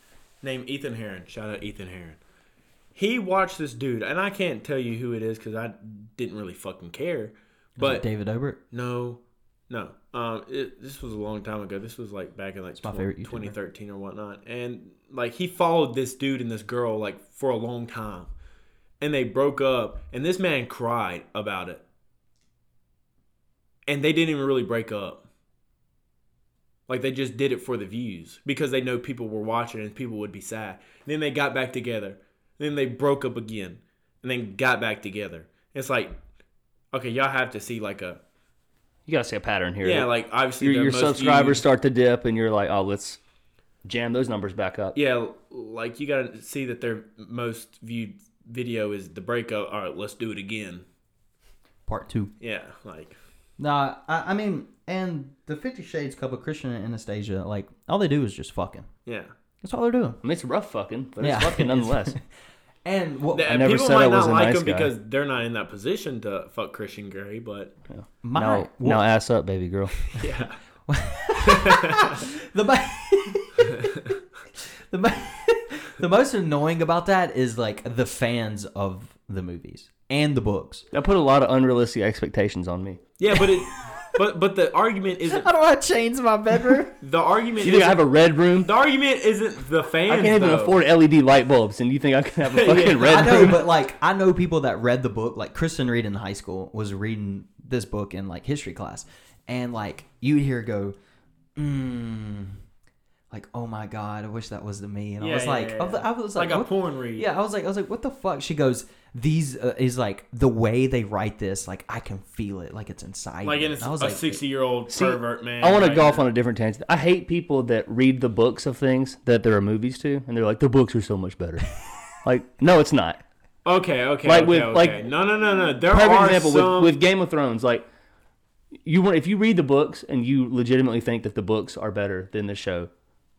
Speaker 3: named Ethan Heron. Shout out Ethan Heron. He watched this dude, and I can't tell you who it is because I didn't really fucking care.
Speaker 1: Is it
Speaker 3: But
Speaker 1: David Dobrik,
Speaker 3: no, no. Um, it, this was a long time ago. This was like back in like
Speaker 1: my
Speaker 3: 20-
Speaker 1: favorite YouTuber.
Speaker 3: 2013 or whatnot. And like he followed this dude and this girl like for a long time, and they broke up. And this man cried about it, and they didn't even really break up. Like they just did it for the views because they know people were watching and people would be sad. then they got back together. Then they broke up again, and then got back together. It's like, okay, y'all have to see like a
Speaker 2: You gotta see a pattern here.
Speaker 3: yeah, like obviously
Speaker 2: your,
Speaker 3: the
Speaker 2: your
Speaker 3: most
Speaker 2: subscribers
Speaker 3: viewed-
Speaker 2: start to dip, and you're like, oh, let's jam those numbers back up.
Speaker 3: yeah, like you gotta see that their most viewed video is the breakup. All right, let's do it again.
Speaker 1: part 2.
Speaker 3: Yeah, like
Speaker 1: Nah, I, I mean, and the Fifty Shades couple, Christian and Anastasia, like all they do is just fucking.
Speaker 3: yeah.
Speaker 1: That's all they're doing.
Speaker 2: I mean, it's rough fucking, but
Speaker 1: Yeah.
Speaker 2: it's fucking nonetheless.
Speaker 1: And what
Speaker 3: And
Speaker 2: never
Speaker 3: people
Speaker 2: said
Speaker 3: might
Speaker 2: I was
Speaker 3: not
Speaker 2: a
Speaker 3: like
Speaker 2: nice
Speaker 3: him
Speaker 2: guy.
Speaker 3: because they're not in that position to fuck Christian Gray, but
Speaker 1: my
Speaker 2: now,
Speaker 1: what-
Speaker 2: now ass up, baby girl.
Speaker 3: yeah,
Speaker 1: the mo- the, mo- the most annoying about that is like the fans of the movies and the books.
Speaker 2: That put a lot of unrealistic expectations on me.
Speaker 3: yeah, but it, but but the argument isn't
Speaker 1: I don't want to change my bedroom.
Speaker 3: the argument.
Speaker 2: You think I
Speaker 3: isn't-
Speaker 2: have a red room?
Speaker 3: The argument isn't the fans.
Speaker 2: I can't even
Speaker 3: though.
Speaker 2: afford LED light bulbs, and you think I can have a fucking
Speaker 3: Yeah,
Speaker 1: I
Speaker 2: red
Speaker 1: know,
Speaker 2: room?
Speaker 1: but like I know people that read the book. Like Kristen Reed in high school was reading this book in like history class, and like you would hear her go, mm, like oh my god, I wish that was the me. And I
Speaker 3: Yeah,
Speaker 1: was
Speaker 3: yeah,
Speaker 1: like,
Speaker 3: yeah, yeah.
Speaker 1: I was like,
Speaker 3: like a
Speaker 1: what-
Speaker 3: porn read.
Speaker 1: Yeah, I was like, I was like, what the fuck? She goes, these uh, is like the way they write this. Like I can feel it, like it's inside.
Speaker 3: like
Speaker 1: me." And
Speaker 3: and it's
Speaker 1: I was
Speaker 3: a
Speaker 1: like,
Speaker 3: sixty-year-old
Speaker 2: See,
Speaker 3: pervert man.
Speaker 2: I want to
Speaker 3: like,
Speaker 2: go off on a different tangent. I hate people that read the books of things that there are movies to, and they're like, the books are so much better. like, no, it's not.
Speaker 3: Okay, okay,
Speaker 2: Like
Speaker 3: okay,
Speaker 2: with-
Speaker 3: okay.
Speaker 2: like-
Speaker 3: no, no, no, no. There
Speaker 2: Perfect
Speaker 3: are
Speaker 2: example
Speaker 3: some.
Speaker 2: with, with Game of Thrones. Like, you want if you read the books and you legitimately think that the books are better than the show,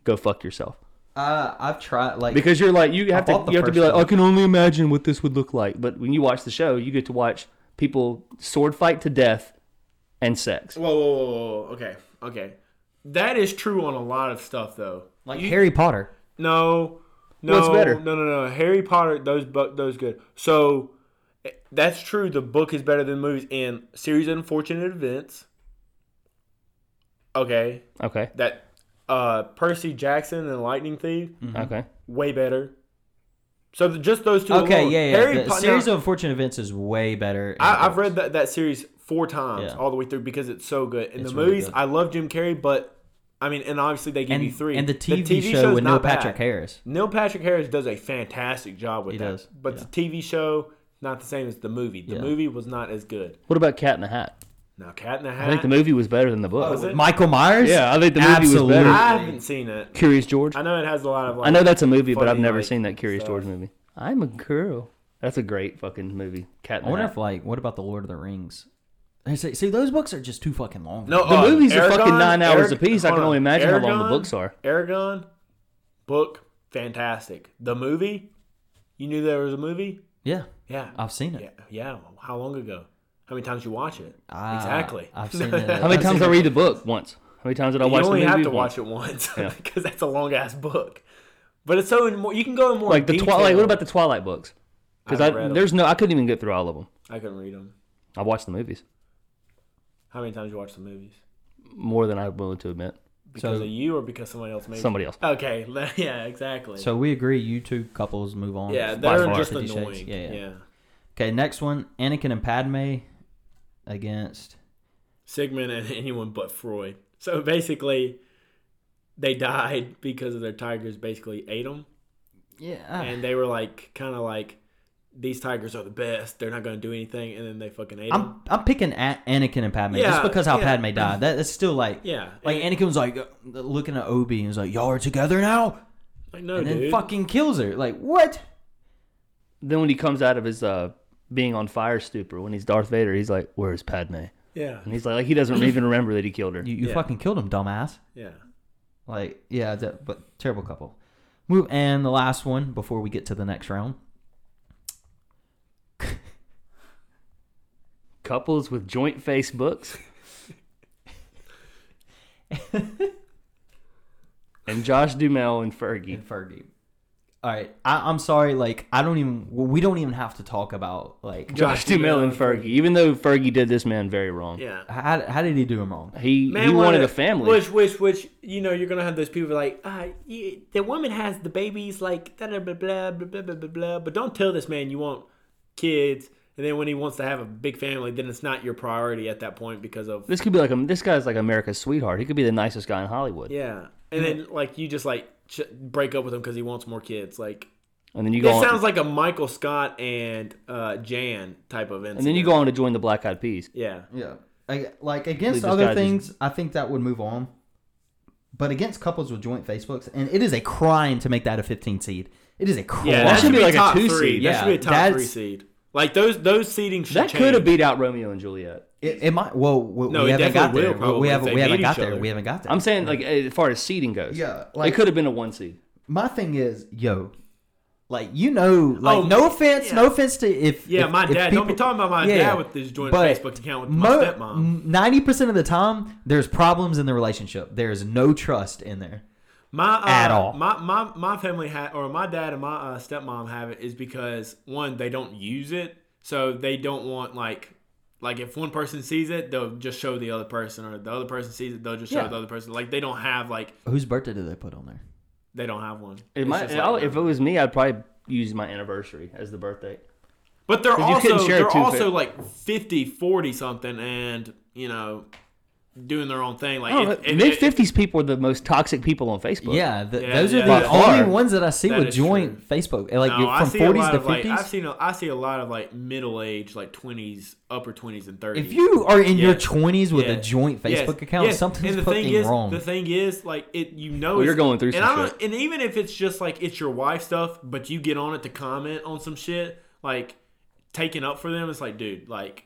Speaker 2: go fuck yourself.
Speaker 1: uh, I've tried like
Speaker 2: Because you're like you have to
Speaker 1: bought the
Speaker 2: you have to be
Speaker 1: first
Speaker 2: like
Speaker 1: one.
Speaker 2: I can only imagine what this would look like. But when you watch the show, you get to watch people sword fight to death and sex.
Speaker 3: whoa, whoa, whoa, whoa, whoa. Okay, okay. That is true on a lot of stuff, though.
Speaker 1: like Harry Potter.
Speaker 3: No, no,
Speaker 2: What's better?
Speaker 3: no, no, no. Harry Potter, those, bu- those good. So eh, that's true. The book is better than movies in series of unfortunate events. Okay,
Speaker 2: Okay,
Speaker 3: that uh Percy Jackson and Lightning Thief
Speaker 1: Mm-hmm.
Speaker 2: okay.
Speaker 3: way better. So the, just those two.
Speaker 1: Okay,
Speaker 3: alone.
Speaker 1: yeah, yeah.
Speaker 3: Harry
Speaker 1: the
Speaker 3: Po-
Speaker 1: series
Speaker 3: now-
Speaker 1: of unfortunate events is way better. in the
Speaker 3: I,
Speaker 1: books.
Speaker 3: I've read that, that series four times
Speaker 1: Yeah.
Speaker 3: all the way through because it's so good. In
Speaker 1: It's
Speaker 3: the
Speaker 1: really
Speaker 3: movies,
Speaker 1: good.
Speaker 3: I love Jim Carrey, but I mean, and obviously they give
Speaker 1: and,
Speaker 3: you three.
Speaker 1: and the TV, show
Speaker 3: show's
Speaker 1: with Neil
Speaker 3: not bad.
Speaker 1: Patrick Harris.
Speaker 3: Neil Patrick Harris does a fantastic job with
Speaker 1: He
Speaker 3: that.
Speaker 1: does,
Speaker 3: But
Speaker 1: yeah.
Speaker 3: the TV show not the same as the movie. The
Speaker 1: Yeah.
Speaker 3: movie was not as good.
Speaker 2: What about Cat in the Hat?
Speaker 3: Now, Cat in the Hat.
Speaker 2: I think the movie was better than the book.
Speaker 3: Was Oh, it?
Speaker 1: Michael Myers.
Speaker 2: Yeah, I think the movie
Speaker 1: Absolutely.
Speaker 2: was better.
Speaker 3: I haven't seen it.
Speaker 2: Curious George.
Speaker 3: I know it has a lot of like.
Speaker 2: I know that's a movie, but I've
Speaker 3: funny,
Speaker 2: never
Speaker 3: like,
Speaker 2: seen that Curious
Speaker 3: stuff.
Speaker 2: George movie. I'm a girl. That's a great fucking movie. Cat in
Speaker 1: I
Speaker 2: the
Speaker 1: wonder
Speaker 2: Hat.
Speaker 1: if like what about the Lord of the Rings? I say- See, those books are just too fucking long.
Speaker 3: No,
Speaker 2: the
Speaker 3: uh,
Speaker 2: movies are fucking
Speaker 3: Aragon-
Speaker 2: nine hours
Speaker 3: Arag-
Speaker 2: apiece. I
Speaker 3: hold
Speaker 2: can
Speaker 3: on.
Speaker 2: only imagine how long
Speaker 3: Aragon-
Speaker 2: the books are.
Speaker 3: Aragon, book, fantastic. The movie, you knew there was a movie.
Speaker 1: Yeah,
Speaker 3: Yeah,
Speaker 1: I've seen it.
Speaker 3: Yeah, yeah. How long ago? How many times you watch it?
Speaker 1: Ah,
Speaker 3: exactly.
Speaker 1: I've seen it.
Speaker 2: How many
Speaker 1: I've seen
Speaker 2: times I
Speaker 1: it.
Speaker 2: read the book? Once. How many times did I
Speaker 3: You
Speaker 2: watch
Speaker 3: only
Speaker 2: the movie?
Speaker 3: have to
Speaker 2: Once.
Speaker 3: watch it once
Speaker 2: Yeah.
Speaker 3: because that's a long ass book. But it's so in more, you can go in more
Speaker 2: like the
Speaker 3: detail.
Speaker 2: Twilight. What about the Twilight books? Because
Speaker 3: I
Speaker 2: I,
Speaker 3: haven't read 'em.
Speaker 2: there's no, I couldn't even get through all of them.
Speaker 3: I couldn't read them.
Speaker 2: I watched the movies
Speaker 3: How many times you watch the movies?
Speaker 2: more than I'm willing to admit.
Speaker 3: Because
Speaker 1: So-
Speaker 3: of you or because somebody else made it?
Speaker 2: Somebody else.
Speaker 3: Okay, le- yeah, exactly.
Speaker 1: So we agree. You two couples move on.
Speaker 3: yeah,
Speaker 1: By
Speaker 3: they're
Speaker 1: far,
Speaker 3: just
Speaker 1: Fifty Shades.
Speaker 3: annoying.
Speaker 1: Yeah, yeah.
Speaker 3: yeah.
Speaker 1: Okay, next one. Anakin and Padme against.
Speaker 3: Sigmund and anyone but Freud. So basically, they died because of their tigers basically ate them.
Speaker 1: Yeah.
Speaker 3: And they were like, kind of like, these tigers are the best. They're not going to do anything. And then they fucking ate them.
Speaker 1: I'm I'm picking A- Anakin and Padme just
Speaker 3: Yeah,
Speaker 1: because how
Speaker 3: yeah.
Speaker 1: Padme died. That, that's still like
Speaker 3: Yeah.
Speaker 1: Like
Speaker 3: and,
Speaker 1: Anakin was like uh, looking at Obi and was like, "Y'all are together now,"
Speaker 3: like, no,
Speaker 1: and then
Speaker 3: dude.
Speaker 1: fucking kills her. Like what?
Speaker 2: Then when he comes out of his uh, being on fire stupor, when he's Darth Vader, he's like, "Where's Padme?"
Speaker 3: Yeah.
Speaker 2: And he's like, like he doesn't even remember that he killed her.
Speaker 1: You, you
Speaker 3: Yeah.
Speaker 1: fucking killed him, dumbass.
Speaker 3: Yeah.
Speaker 1: Like, yeah, that, but terrible couple. Move and the last one before we get to the next round.
Speaker 2: Couples with joint Facebooks. and Josh Dumel and Fergie.
Speaker 1: and Fergie. All right, I, I'm sorry. Like, I don't even. well, We don't even have to talk about like
Speaker 2: Josh Dumel and Fergie. Even though Fergie did this man very wrong.
Speaker 3: Yeah.
Speaker 1: how, how did he do him wrong?
Speaker 2: He he wanted a family.
Speaker 3: Which, which, which, you know, you're gonna have those people like, uh, you, the woman has the babies, like, da da blah blah blah blah blah blah. blah. But don't tell this man you want kids, and then when he wants to have a big family, then it's not your priority at that point because of
Speaker 2: this could be like um, this guy's like America's sweetheart. He could be the nicest guy in Hollywood.
Speaker 3: yeah. And then like you just like ch- break up with him because he wants more kids. Like
Speaker 2: And then you go
Speaker 3: it
Speaker 2: on,
Speaker 3: sounds like a Michael Scott and uh, Jan type of incident.
Speaker 2: and then you go on to join the Black Eyed Peas.
Speaker 3: yeah.
Speaker 1: Yeah, I, like against
Speaker 2: They just
Speaker 1: other
Speaker 2: gotta
Speaker 1: things, I think that would move on. But against couples with joint Facebooks, and it is a crime to make that a 15 seed. It is a crime.
Speaker 3: Yeah,
Speaker 2: that
Speaker 3: that,
Speaker 2: should
Speaker 3: should
Speaker 2: be
Speaker 3: be,
Speaker 2: like a
Speaker 3: top
Speaker 2: two
Speaker 3: three.
Speaker 2: seed.
Speaker 3: That
Speaker 1: Yeah,
Speaker 3: should be a top three
Speaker 1: that's-
Speaker 3: seed. Like those those seedings should
Speaker 2: That
Speaker 3: change.
Speaker 2: could have beat out Romeo and Juliet.
Speaker 1: It, it might. Well, we,
Speaker 3: No,
Speaker 1: we
Speaker 3: it
Speaker 1: haven't got
Speaker 3: definitely
Speaker 1: there.
Speaker 3: will, probably,
Speaker 1: we
Speaker 3: if
Speaker 1: haven't.
Speaker 3: they
Speaker 1: We haven't
Speaker 3: meet
Speaker 1: got
Speaker 3: each
Speaker 1: there.
Speaker 3: other.
Speaker 1: We haven't got there.
Speaker 2: I'm saying like as far as seeding goes.
Speaker 1: Yeah,
Speaker 2: Like, it
Speaker 1: like-
Speaker 2: could have been a one seed.
Speaker 1: My thing is, yo, like you know, like
Speaker 3: Oh,
Speaker 1: no offense, no offense to if
Speaker 3: Yeah,
Speaker 1: if-
Speaker 3: my
Speaker 1: if
Speaker 3: dad.
Speaker 1: People,
Speaker 3: don't be talking about my dad with his joint Facebook account with my stepmom.
Speaker 1: Ninety percent of the time, there's problems in the relationship. There's no trust in there.
Speaker 3: My uh,
Speaker 1: At all.
Speaker 3: My my my family had or my dad and my uh, stepmom have it is because one they don't use it, so they don't want like. Like if one person sees it, they'll just show the other person, or the other person sees it, they'll just show
Speaker 1: Yeah.
Speaker 3: the other person. Like they don't have like
Speaker 1: Whose birthday did they put on there?
Speaker 3: they don't have one.
Speaker 2: It
Speaker 3: It's
Speaker 2: might,
Speaker 3: just
Speaker 2: I'll-
Speaker 3: like-
Speaker 2: if it was me, I'd probably use my anniversary as the birthday.
Speaker 3: But they're
Speaker 2: 'Cause you couldn't
Speaker 3: also
Speaker 2: share
Speaker 3: they're
Speaker 2: two
Speaker 3: also
Speaker 2: fa-
Speaker 3: like 50, 40 something, and you know, doing their own thing.
Speaker 1: Oh,
Speaker 3: Like it- it-
Speaker 2: Mid
Speaker 3: it-
Speaker 2: fifties people are the most toxic people on Facebook.
Speaker 1: yeah, th-
Speaker 3: Yeah,
Speaker 1: those
Speaker 3: yeah,
Speaker 1: are the
Speaker 2: By far.
Speaker 1: only ones that I see
Speaker 3: That
Speaker 1: with
Speaker 3: is
Speaker 1: joint Facebook, eh, like
Speaker 3: No, I
Speaker 1: from
Speaker 3: see a
Speaker 1: forties
Speaker 3: lot
Speaker 1: to
Speaker 3: of like
Speaker 1: fifties.
Speaker 3: I've seen a, I see a lot of like middle age, like twenties, upper twenties and thirties.
Speaker 1: if you are in your
Speaker 3: Yes.
Speaker 1: twenties with a
Speaker 3: Yes.
Speaker 1: joint
Speaker 3: Yes,
Speaker 1: Facebook account,
Speaker 3: yes.
Speaker 1: something's
Speaker 3: and the
Speaker 1: fucking
Speaker 3: thing is,
Speaker 1: wrong.
Speaker 3: The thing is, like it, you know,
Speaker 2: Well,
Speaker 3: it's-
Speaker 2: you're going through
Speaker 3: and
Speaker 2: some
Speaker 3: I don't,
Speaker 2: shit.
Speaker 3: And even if it's just like it's your wife stuff, but you get on it to comment on some shit, like taking up for them, it's like, dude, like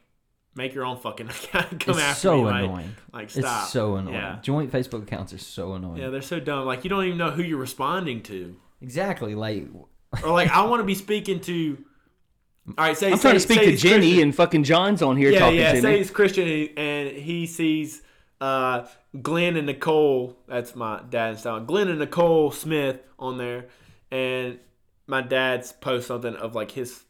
Speaker 3: make your own fucking account. Come
Speaker 1: it's
Speaker 3: after
Speaker 1: so
Speaker 3: me, like-
Speaker 1: annoying.
Speaker 3: Like, stop.
Speaker 1: It's so annoying.
Speaker 3: Yeah.
Speaker 1: Joint Facebook accounts are so annoying.
Speaker 3: Yeah, they're so dumb. Like you don't even know who you're responding to,
Speaker 1: exactly. Like
Speaker 3: or like I want to be speaking to. All right, say
Speaker 2: I'm
Speaker 3: say-
Speaker 2: trying to speak
Speaker 3: say
Speaker 2: to
Speaker 3: it's
Speaker 2: Jenny,
Speaker 3: Christian.
Speaker 2: and fucking John's on here
Speaker 3: yeah,
Speaker 2: talking
Speaker 3: yeah.
Speaker 2: to
Speaker 3: say
Speaker 2: me.
Speaker 3: it's Christian, and- and he sees uh, Glenn and Nicole. That's my dad's style. Glenn and Nicole Smith on there, and my dad's post something of like his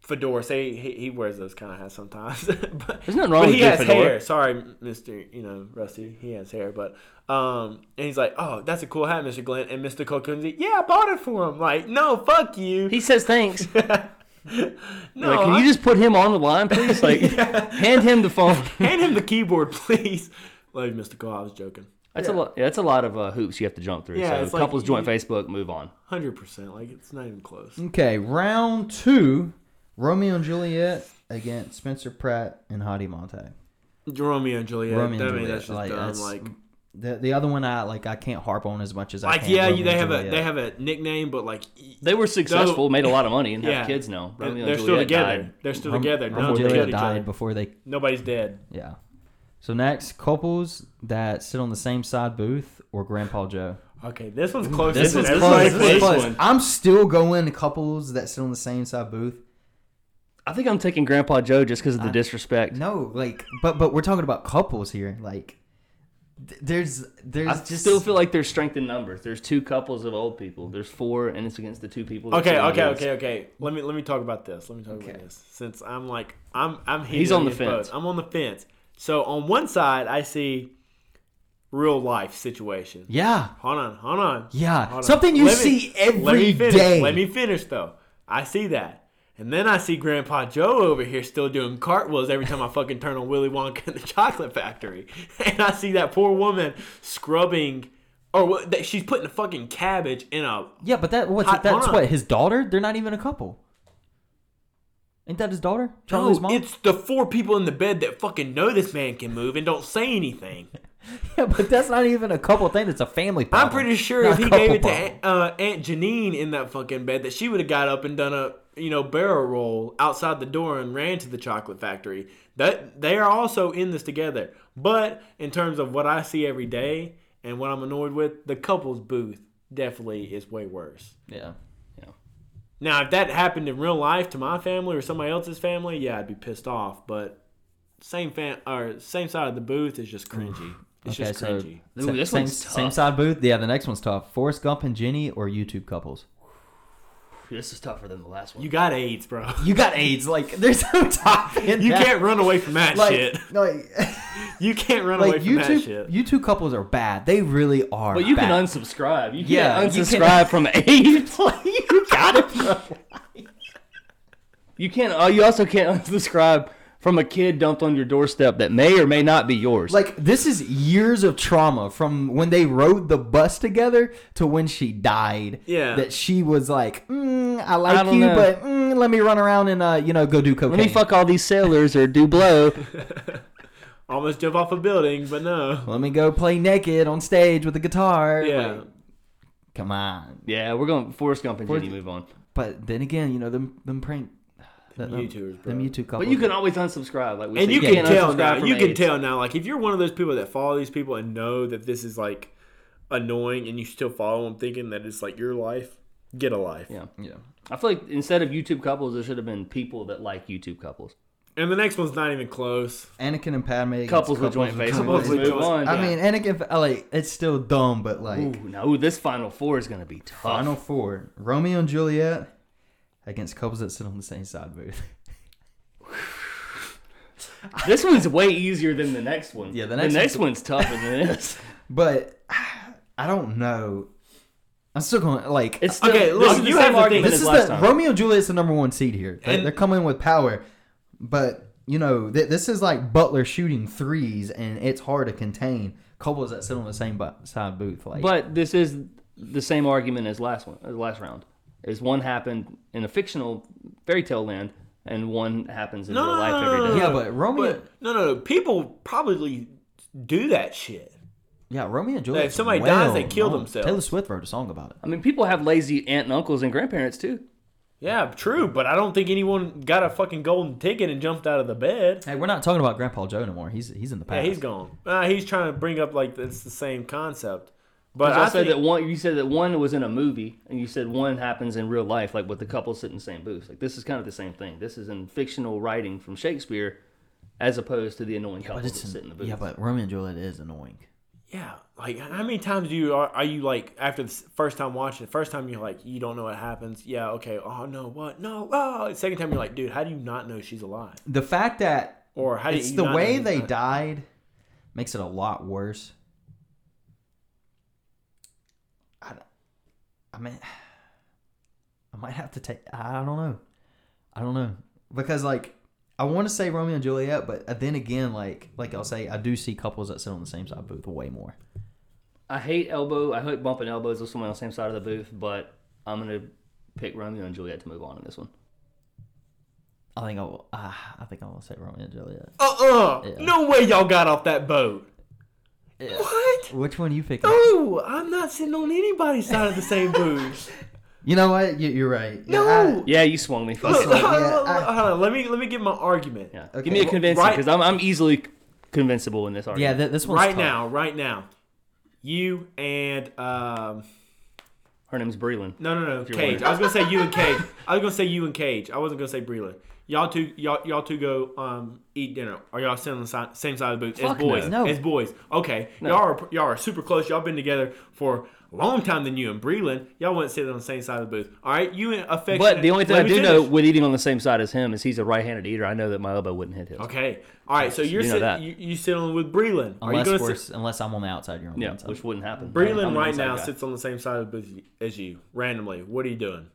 Speaker 3: fedora. Say he, he wears those kind of hats sometimes. but,
Speaker 2: There's nothing wrong
Speaker 3: but
Speaker 2: with
Speaker 3: he
Speaker 2: your
Speaker 3: has
Speaker 2: fedora.
Speaker 3: hair. Sorry, Mister. You know, Rusty. He has hair, but um, and he's like, oh, that's a cool hat, Mister Glenn. And Mister Nicole comes in. Yeah, I bought it for him. Like, no, fuck you.
Speaker 2: He says thanks.
Speaker 3: no,
Speaker 2: like, can
Speaker 3: I-
Speaker 2: you just put him on the line, please? Like, hand him the phone.
Speaker 3: hand him the keyboard, please. Love you, Mister Cole. I was joking.
Speaker 2: That's a lot. Yeah, that's a lot of uh, hoops you have to jump through.
Speaker 3: Yeah,
Speaker 2: so
Speaker 3: it's like
Speaker 2: couples
Speaker 3: you-
Speaker 2: joint Facebook, move on.
Speaker 3: Hundred percent. Like it's not even close.
Speaker 1: Okay, round two: Romeo and Juliet against Spencer Pratt and Hottie Montag.
Speaker 3: Romeo and Juliet.
Speaker 1: Romeo and
Speaker 3: I mean,
Speaker 1: Juliet,
Speaker 3: that's just
Speaker 1: like,
Speaker 3: dumb.
Speaker 1: that's-
Speaker 3: like,
Speaker 1: The the other one I like I can't harp on as much as I
Speaker 3: like
Speaker 1: can.
Speaker 3: yeah,
Speaker 1: Romeo
Speaker 3: you, they
Speaker 1: and
Speaker 3: have a
Speaker 1: Juliet.
Speaker 3: they have a nickname, but like y-
Speaker 2: They were successful, made a lot of money, and
Speaker 3: Yeah.
Speaker 2: have kids now.
Speaker 3: they're
Speaker 2: Romeo and
Speaker 3: they're
Speaker 2: Juliet
Speaker 3: still together.
Speaker 2: died.
Speaker 3: They're still
Speaker 1: Rom-
Speaker 3: together.
Speaker 1: Romeo
Speaker 3: No,
Speaker 1: and
Speaker 3: they killed
Speaker 1: Juliet
Speaker 3: each
Speaker 1: died
Speaker 3: other.
Speaker 1: before they.
Speaker 3: Nobody's dead.
Speaker 1: Yeah. So next, couples that sit on the same side booth or Grandpa Joe.
Speaker 3: Okay, this one's close.
Speaker 2: This
Speaker 3: isn't
Speaker 2: is
Speaker 3: it?
Speaker 2: close.
Speaker 3: like-
Speaker 2: This is close. one.
Speaker 1: I'm still going couples that sit on the same side booth.
Speaker 2: I think I'm taking Grandpa Joe just because of the disrespect.
Speaker 1: No, like, but but we're talking about couples here. Like, th- there's there's
Speaker 2: I
Speaker 1: just
Speaker 2: still feel like there's strength in numbers. There's two couples of old people. There's four, and it's against the two people. that
Speaker 3: Okay,
Speaker 2: sit on
Speaker 3: okay,
Speaker 2: the list.
Speaker 3: okay, okay. Let me let me talk about this. Let me talk about this. Since I'm like I'm I'm
Speaker 2: He's
Speaker 3: heated
Speaker 2: on the
Speaker 3: against both.
Speaker 2: fence.
Speaker 3: I'm on the fence. So on one side I see real life situation.
Speaker 1: yeah
Speaker 3: Hold on, hold on.
Speaker 1: yeah
Speaker 3: Hold on.
Speaker 1: something you
Speaker 3: Let me-
Speaker 1: see every day.
Speaker 3: let me finish. Let me finish though. I see that. And then I see Grandpa Joe over here still doing cartwheels every time I fucking turn on Willy Wonka and the Chocolate Factory. And I see that poor woman scrubbing, or what, that she's putting a fucking cabbage in a.
Speaker 1: Yeah, but that what's
Speaker 3: Hot
Speaker 1: that's
Speaker 3: mom.
Speaker 1: what his daughter. They're not even a couple. Ain't that his daughter? Charlie's
Speaker 3: No,
Speaker 1: mom.
Speaker 3: it's the four people in the bed that fucking know this man can move and don't say anything.
Speaker 1: Yeah, but that's not even a couple thing. It's a family problem.
Speaker 3: I'm pretty sure
Speaker 1: Not
Speaker 3: if
Speaker 1: a
Speaker 3: he
Speaker 1: couple
Speaker 3: gave it to
Speaker 1: problem.
Speaker 3: Aunt, uh, Aunt Janine in that fucking bed, that she would have got up and done a you know barrel roll outside the door and ran to the chocolate factory. That they are also in this together. But in terms of what I see every day and what I'm annoyed with, the couple's booth definitely is way worse.
Speaker 1: Yeah.
Speaker 3: Now, if that happened in real life to my family or somebody else's family, yeah, I'd be pissed off. But same fan or same side of the booth is just cringy. It's
Speaker 1: Okay,
Speaker 3: just
Speaker 1: so-
Speaker 3: cringy.
Speaker 2: Ooh,
Speaker 1: Sa-
Speaker 2: this
Speaker 1: same,
Speaker 2: one's tough.
Speaker 1: same side booth. Yeah, the next one's tough. Forrest Gump and Jenny or YouTube couples.
Speaker 2: This is tougher than the last one.
Speaker 3: you got AIDS, bro.
Speaker 1: You got AIDS. Like, there's no top in
Speaker 3: You
Speaker 1: that.
Speaker 3: can't run away from that
Speaker 1: like,
Speaker 3: shit.
Speaker 1: Like,
Speaker 3: You can't run away
Speaker 1: like
Speaker 3: from that
Speaker 1: YouTube,
Speaker 3: shit.
Speaker 1: YouTube couples are bad. They really are.
Speaker 2: but you
Speaker 1: bad.
Speaker 2: can unsubscribe. You can
Speaker 1: Yeah,
Speaker 2: yeah,
Speaker 1: you
Speaker 2: unsubscribe from AIDS. Like, you got it, bro. You can't. Oh, you also can't unsubscribe from a kid dumped on your doorstep that may or may not be yours.
Speaker 1: Like this is years of trauma from when they rode the bus together to when she died.
Speaker 3: Yeah.
Speaker 1: that she was like, mm, I like
Speaker 2: I don't
Speaker 1: you,
Speaker 2: know.
Speaker 1: but mm, let me run around and uh, you know, go do cocaine.
Speaker 2: let me fuck all these sailors or do blow.
Speaker 3: Almost jump off a building, but no.
Speaker 1: Let me go play naked on stage with a guitar.
Speaker 3: Yeah.
Speaker 1: Like, come on.
Speaker 2: Yeah, we're going Forrest Gump and
Speaker 1: Forrest-
Speaker 2: Jenny move on.
Speaker 1: But then again, you know them them prank. Them,
Speaker 3: YouTubers,
Speaker 1: them
Speaker 3: bro.
Speaker 1: YouTube couples.
Speaker 2: But you can always unsubscribe. Like we
Speaker 3: And
Speaker 2: said,
Speaker 3: you can
Speaker 2: can't
Speaker 3: tell
Speaker 2: unsubscribe
Speaker 3: now.
Speaker 2: from
Speaker 3: You can
Speaker 2: AIDS.
Speaker 3: tell now. Like if you're one of those people that follow these people and know that this is like annoying, and you still follow them, thinking that it's like your life. Get a life.
Speaker 2: Yeah.
Speaker 1: Yeah.
Speaker 2: I feel like instead of YouTube couples, there should have been people that like YouTube couples.
Speaker 3: And the next one's not even close.
Speaker 1: Anakin and Padme. against
Speaker 2: Couples with joint faces.
Speaker 1: couples
Speaker 3: with
Speaker 1: with-
Speaker 2: Move on.
Speaker 3: joint-
Speaker 1: I mean, Anakin. I Like it's still dumb, but like
Speaker 2: Ooh, now ooh, this final four is gonna be tough.
Speaker 1: Final four: Romeo and Juliet against couples that sit on the same side booth.
Speaker 2: This one's way easier than the next one.
Speaker 1: Yeah, the next
Speaker 2: one's, tougher than this.
Speaker 1: But I don't know. I'm still going like
Speaker 2: It's still,
Speaker 3: Okay,
Speaker 2: this
Speaker 3: look,
Speaker 2: is the
Speaker 3: you
Speaker 2: same
Speaker 3: have to
Speaker 2: argument
Speaker 3: think-
Speaker 1: this
Speaker 2: as
Speaker 1: is
Speaker 2: last
Speaker 1: the
Speaker 2: time.
Speaker 1: Romeo and Juliet's the number one seed here. They-
Speaker 3: And-
Speaker 1: they're coming with power, but you know th- this is like Butler shooting threes, and it's hard to contain couples that sit on the same bu- side booth. Like,
Speaker 2: But this is the same argument as last one, as last round. Is one happened in a fictional fairy tale land, and one happens in
Speaker 3: No,
Speaker 2: real
Speaker 3: no,
Speaker 2: life
Speaker 3: no,
Speaker 2: every day.
Speaker 3: no, no,
Speaker 1: Oh, yeah, but Romeo,
Speaker 3: uh, But no, no, no. People probably do that shit.
Speaker 1: yeah, Romeo and Juliet.
Speaker 3: If somebody dies, they kill themselves.
Speaker 1: Taylor Swift wrote a song about it.
Speaker 2: I mean, people have lazy aunt and uncles and grandparents too.
Speaker 3: Yeah, true. But I don't think anyone got a fucking golden ticket and jumped out of the bed.
Speaker 1: Hey, we're not talking about Grandpa Joe no more. He's he's in the
Speaker 3: Yeah,
Speaker 1: past.
Speaker 3: he's gone. Uh, he's trying to bring up like it's the same concept. But
Speaker 2: But I,
Speaker 3: I
Speaker 2: said
Speaker 3: think,
Speaker 2: that one. You said that one was in a movie, and you said one happens in real life, like with the couple sitting in the same booth. Like this is kind of the same thing. This is in fictional writing from Shakespeare, as opposed to the annoying couple
Speaker 1: But
Speaker 2: that
Speaker 1: it's
Speaker 2: sit in the booth.
Speaker 1: yeah, but Romeo and Juliet is annoying.
Speaker 3: Yeah, like how many times do you are, are you like after the s- first time watching it? First time you're like you don't know what happens. Yeah, okay. Oh no, what? No. Oh, second time you're like, dude, how do you not know she's alive?
Speaker 1: The fact that
Speaker 3: Or how do
Speaker 1: it's
Speaker 3: you
Speaker 1: the
Speaker 3: not
Speaker 1: way
Speaker 3: know-
Speaker 1: they died makes it a lot worse. I, d- I mean, I might have to take. I don't know. I don't know because like I want to say Romeo and Juliet, but uh, then again, like like I'll say I do see couples that sit on the same side booth way more.
Speaker 2: I hate elbow. I hate bumping elbows with someone on the same side of the booth, but I'm gonna pick Romeo and Juliet to move on in this one.
Speaker 1: I think I will. Uh, I think I will say Romeo and Juliet.
Speaker 3: Uh uh
Speaker 1: Yeah.
Speaker 3: No way y'all got off that boat.
Speaker 1: Yeah.
Speaker 3: What?
Speaker 1: Which one you picking?
Speaker 3: No, I'm not sitting on anybody's side of the same booth.
Speaker 1: You know what? You, you're right. Yeah, I-
Speaker 3: No.
Speaker 2: Yeah, you swung me.
Speaker 3: Look,
Speaker 1: Yeah,
Speaker 3: hold on,
Speaker 1: I-
Speaker 3: hold on, let me let me give my argument.
Speaker 2: Yeah,
Speaker 1: Okay.
Speaker 2: give me a
Speaker 1: Well,
Speaker 2: convincing
Speaker 3: right-
Speaker 2: because I'm, I'm easily convincible in this
Speaker 1: Yeah,
Speaker 2: argument.
Speaker 1: th- this one's
Speaker 3: Right
Speaker 1: tough.
Speaker 3: now, right now, you and um.
Speaker 2: Her name's Breland.
Speaker 3: No, no, no.
Speaker 2: you're
Speaker 3: Cage.
Speaker 2: wondering.
Speaker 3: I was gonna say you and Cage. I was gonna say you and Cage. I wasn't gonna say Breland. Y'all two, y'all, y'all two go um eat dinner. Are y'all sitting on the si- same side of the booth?
Speaker 2: Fuck
Speaker 3: as boys.
Speaker 1: no. No.
Speaker 3: As boys. Okay. Y'all are y'all are super close. Y'all been together for a long time than you and Breland. Y'all wouldn't sit on the same side of the booth. All right. You and affection.
Speaker 2: But the only thing
Speaker 3: Let
Speaker 2: I
Speaker 3: me
Speaker 2: do
Speaker 3: finish.
Speaker 2: know with eating on the same side as him is he's a right-handed eater. I know that my elbow wouldn't hit his.
Speaker 3: Okay. All right. So you're
Speaker 2: You know
Speaker 3: sit,
Speaker 2: that.
Speaker 3: you, you sitting with Breland. Are you
Speaker 1: Unless,
Speaker 3: gonna
Speaker 1: we're,
Speaker 3: sit?
Speaker 1: unless I'm on the outside, you're on the
Speaker 2: Yeah,
Speaker 1: inside.
Speaker 2: which wouldn't happen. I'm
Speaker 3: Breland
Speaker 2: an
Speaker 3: right
Speaker 2: inside
Speaker 3: now
Speaker 2: guy.
Speaker 3: sits on the same side of the booth as you randomly. What are you doing?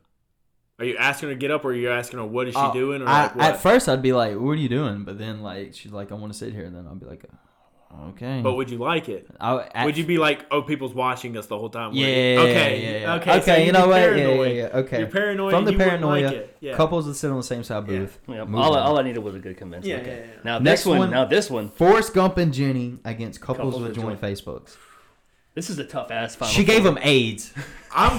Speaker 3: Are you asking her to get up, or are you asking her what is she
Speaker 1: Oh,
Speaker 3: doing, or
Speaker 1: I,
Speaker 3: like what?
Speaker 1: at first I'd be like, "What are you doing?" But then like she's like, "I want to sit here," and then I'd be like, Okay.
Speaker 3: But would you like it?
Speaker 1: I, at,
Speaker 3: Would you be like, oh, people's watching us the whole time? would you?
Speaker 1: Yeah.
Speaker 3: Okay.
Speaker 1: yeah, yeah.
Speaker 3: Okay. so
Speaker 1: you
Speaker 3: you'd
Speaker 1: know
Speaker 3: be
Speaker 1: what? Yeah, yeah,
Speaker 3: Paranoid.
Speaker 1: yeah, Okay.
Speaker 3: You're paranoid.
Speaker 1: From the
Speaker 3: you wouldn't
Speaker 1: paranoia,
Speaker 3: Like it. Yeah.
Speaker 1: couples that sit on the same side
Speaker 3: Yeah.
Speaker 1: booth.
Speaker 2: Yeah,
Speaker 1: Move
Speaker 2: all, I,
Speaker 1: on.
Speaker 2: all I needed was a good convincing.
Speaker 3: Yeah,
Speaker 2: okay.
Speaker 3: yeah, yeah.
Speaker 2: Now
Speaker 1: Next
Speaker 2: this one,
Speaker 1: one-
Speaker 2: Now this one.
Speaker 1: Forrest Gump and Jenny against couples,
Speaker 2: Couples
Speaker 1: with
Speaker 2: with
Speaker 1: joint Facebooks.
Speaker 2: This is a tough ass final.
Speaker 1: She gave him AIDS.
Speaker 3: I'm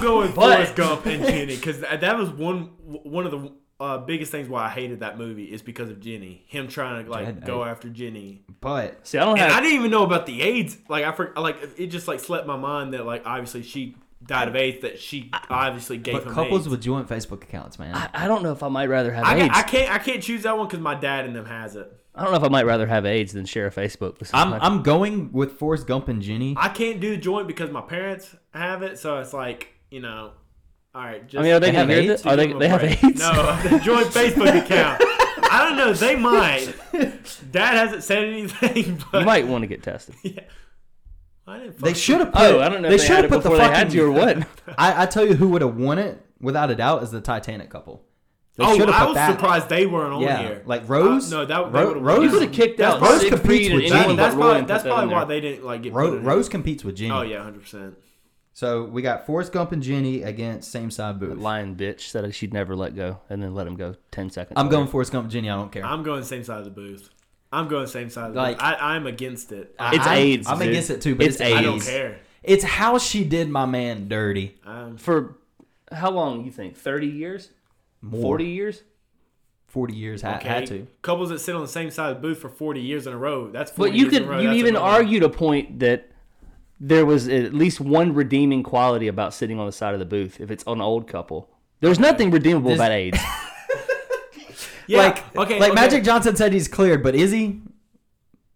Speaker 3: going
Speaker 2: But-
Speaker 3: Forrest Gump and Jenny because that, that was one one of the uh, biggest things why I hated that movie is because of Jenny. Him trying to like
Speaker 1: Dread
Speaker 3: go
Speaker 1: eight.
Speaker 3: after Jenny.
Speaker 1: But
Speaker 2: See, I don't have.
Speaker 3: And I didn't even know about the AIDS. Like I for, like it just like slept my mind that like obviously she died of AIDS. That she obviously gave
Speaker 1: but
Speaker 3: him
Speaker 1: couples
Speaker 3: AIDS.
Speaker 1: with joint Facebook accounts, man.
Speaker 2: I, I don't know if I might rather have
Speaker 3: I,
Speaker 2: AIDS.
Speaker 3: ca- I can't I can't choose that one because my dad and them has it.
Speaker 2: I don't know if I might rather have AIDS than share a Facebook. With
Speaker 1: I'm
Speaker 2: somebody.
Speaker 1: I'm going with Forrest Gump and Jenny.
Speaker 3: I can't do the joint because my parents have it. So it's like you know, all right. Just
Speaker 2: I mean, are they,
Speaker 1: They
Speaker 2: gonna
Speaker 1: have
Speaker 2: hear
Speaker 1: AIDS?
Speaker 2: this? Are they?
Speaker 3: give
Speaker 2: They
Speaker 3: them a
Speaker 2: have
Speaker 3: break.
Speaker 2: AIDS.
Speaker 3: No, the joint Facebook account. I don't know. They might. Dad hasn't said anything. But
Speaker 2: You might want to get tested.
Speaker 3: I didn't
Speaker 1: They
Speaker 3: fuck-
Speaker 1: should have put.
Speaker 2: Oh, I don't know.
Speaker 1: They,
Speaker 2: if
Speaker 1: should
Speaker 2: had
Speaker 1: have
Speaker 2: it
Speaker 1: put the
Speaker 2: before
Speaker 1: fucking.
Speaker 2: they had you or what.
Speaker 1: I, I tell you, who would have won it without a doubt is the Titanic couple. They
Speaker 3: oh,
Speaker 1: should have
Speaker 3: I
Speaker 1: put
Speaker 3: was
Speaker 1: that.
Speaker 3: surprised they weren't on
Speaker 1: Yeah,
Speaker 3: here.
Speaker 1: like Rose.
Speaker 3: Uh, no, that- that
Speaker 1: Ro-
Speaker 3: would've
Speaker 1: Rose.
Speaker 3: won.
Speaker 2: You would have kicked
Speaker 3: That's
Speaker 2: out
Speaker 1: Rose
Speaker 2: Siegfried
Speaker 1: competes with
Speaker 2: and
Speaker 1: Jenny.
Speaker 2: anyone
Speaker 3: That-
Speaker 2: but
Speaker 3: that's
Speaker 2: Roy
Speaker 3: probably,
Speaker 2: and put
Speaker 3: that's
Speaker 2: that in
Speaker 3: probably why
Speaker 2: there.
Speaker 3: they didn't like get.
Speaker 1: Ro-
Speaker 3: put in.
Speaker 1: Rose competes with Jenny.
Speaker 3: Oh yeah, hundred percent.
Speaker 1: So we got Forrest Gump and Jenny against same side booth.
Speaker 2: lying bitch said she'd never let go and then let him go 10 seconds.
Speaker 1: I'm
Speaker 2: later.
Speaker 1: going Forrest Gump, Jenny. I don't care.
Speaker 3: I'm going same side of the booth. I'm going same side of the
Speaker 1: Like-
Speaker 3: booth. I, I'm against it. I,
Speaker 2: It's
Speaker 1: I'm,
Speaker 2: AIDS,
Speaker 1: I'm
Speaker 2: dude.
Speaker 1: against it too, but it's,
Speaker 2: It's AIDS.
Speaker 3: I don't
Speaker 1: AIDS.
Speaker 3: care.
Speaker 1: It's how she did my man dirty.
Speaker 3: I'm,
Speaker 2: for how long you think? 30 years?
Speaker 1: More.
Speaker 2: 40 years?
Speaker 1: 40 years ha-
Speaker 3: okay.
Speaker 1: had to.
Speaker 3: Couples that sit on the same side of the booth for 40 years in a row. That's 40
Speaker 2: But you
Speaker 3: years
Speaker 2: could
Speaker 3: in a row.
Speaker 2: you
Speaker 3: That's
Speaker 2: even
Speaker 3: another-
Speaker 2: argued a point that there was at least one redeeming quality about sitting on the side of the booth if it's an old couple. There's nothing redeemable about AIDS.
Speaker 3: Yeah.
Speaker 1: Like
Speaker 3: okay,
Speaker 1: like
Speaker 3: okay.
Speaker 1: Magic Johnson said he's cleared, but is he?